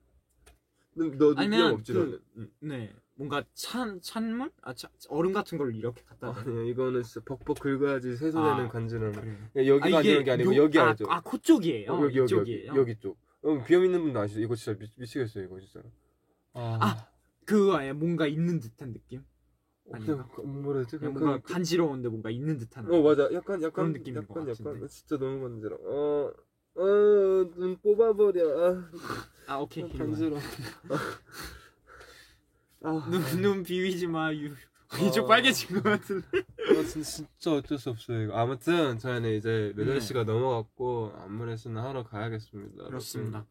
[SPEAKER 1] 눈- 너 눈감
[SPEAKER 2] 아니면
[SPEAKER 1] 없지
[SPEAKER 2] 그-
[SPEAKER 1] 너는 음.
[SPEAKER 2] 네 뭔가 찬 찬물 아 차, 얼음 같은 걸 이렇게 갖다 아,
[SPEAKER 1] 아니야 이거는 진짜 벅벅 긁어야지 세손에는
[SPEAKER 2] 아.
[SPEAKER 1] 간지는
[SPEAKER 2] 그래요
[SPEAKER 1] 여기가 아, 니는게 아니고
[SPEAKER 2] 요-
[SPEAKER 1] 여기
[SPEAKER 2] 아,
[SPEAKER 1] 알죠
[SPEAKER 2] 아코 쪽이에요
[SPEAKER 1] 어, 여기 여기 여기
[SPEAKER 2] 이쪽이에요
[SPEAKER 1] 여기 쪽 음, 비염 있는 분 아시죠 이거 진짜 미, 미치겠어요 이거 진짜
[SPEAKER 2] 아, 그거 아예 뭔가 있는 듯한 느낌 아닌가?
[SPEAKER 1] 그냥 그- 뭐라 해야 되지?
[SPEAKER 2] 그냥
[SPEAKER 1] 그냥
[SPEAKER 2] 뭔가
[SPEAKER 1] 그-
[SPEAKER 2] 간지러운데 뭔가 있는 듯한
[SPEAKER 1] 어 맞아 약간 약간
[SPEAKER 2] 그런 느낌인 것
[SPEAKER 1] 약간
[SPEAKER 2] 같은데.
[SPEAKER 1] 약간 진짜 너무 간지러 어어눈 뽑아버려 아,
[SPEAKER 2] 아 오케이
[SPEAKER 1] 간지러
[SPEAKER 2] [laughs]
[SPEAKER 1] 아,
[SPEAKER 2] 눈눈 비비지 마 유. 이쪽
[SPEAKER 1] 어.
[SPEAKER 2] 빨개진 것 같은데
[SPEAKER 1] [laughs] 아 진짜, 진짜 어쩔 수 없어요 이거 아무튼 저희는 이제
[SPEAKER 2] 네.
[SPEAKER 1] 8시가 넘어갔고 안무 레슨을 하러 가야겠습니다
[SPEAKER 2] 그렇습니다
[SPEAKER 1] 여러분,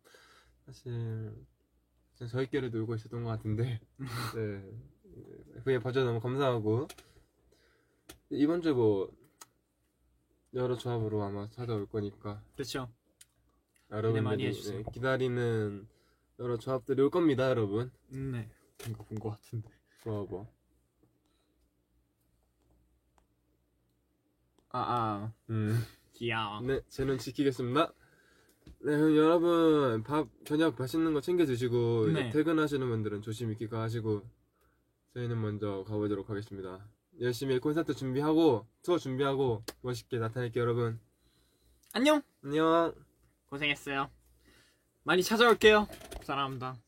[SPEAKER 1] 사실 진짜 저희끼리 놀고 있었던 것
[SPEAKER 2] [laughs]
[SPEAKER 1] 같은데 네 그냥 봐줘서 너무 감사하고 이번 주에 뭐 여러 조합으로 아마 찾아올 거니까
[SPEAKER 2] 그렇죠
[SPEAKER 1] 여러분들
[SPEAKER 2] 많이 해주세요.
[SPEAKER 1] 기다리는 여러 조합들이 올 겁니다, 여러분.
[SPEAKER 2] 네 뭔가 본 것 같은데
[SPEAKER 1] 좋아봐.
[SPEAKER 2] 아아
[SPEAKER 1] 음.
[SPEAKER 2] 귀여워
[SPEAKER 1] 네, 쟤는 지키겠습니다. 네, 그럼 여러분 밥 저녁 맛있는 거 챙겨 드시고 이제
[SPEAKER 2] 네.
[SPEAKER 1] 퇴근하시는 분들은 조심히 귀가하시고 저희는 먼저 가보도록 하겠습니다. 열심히 콘서트 준비하고 투어 준비하고 멋있게 나타낼게요, 여러분.
[SPEAKER 2] 안녕
[SPEAKER 1] 안녕.
[SPEAKER 2] 고생했어요 많이 찾아올게요 사랑합니다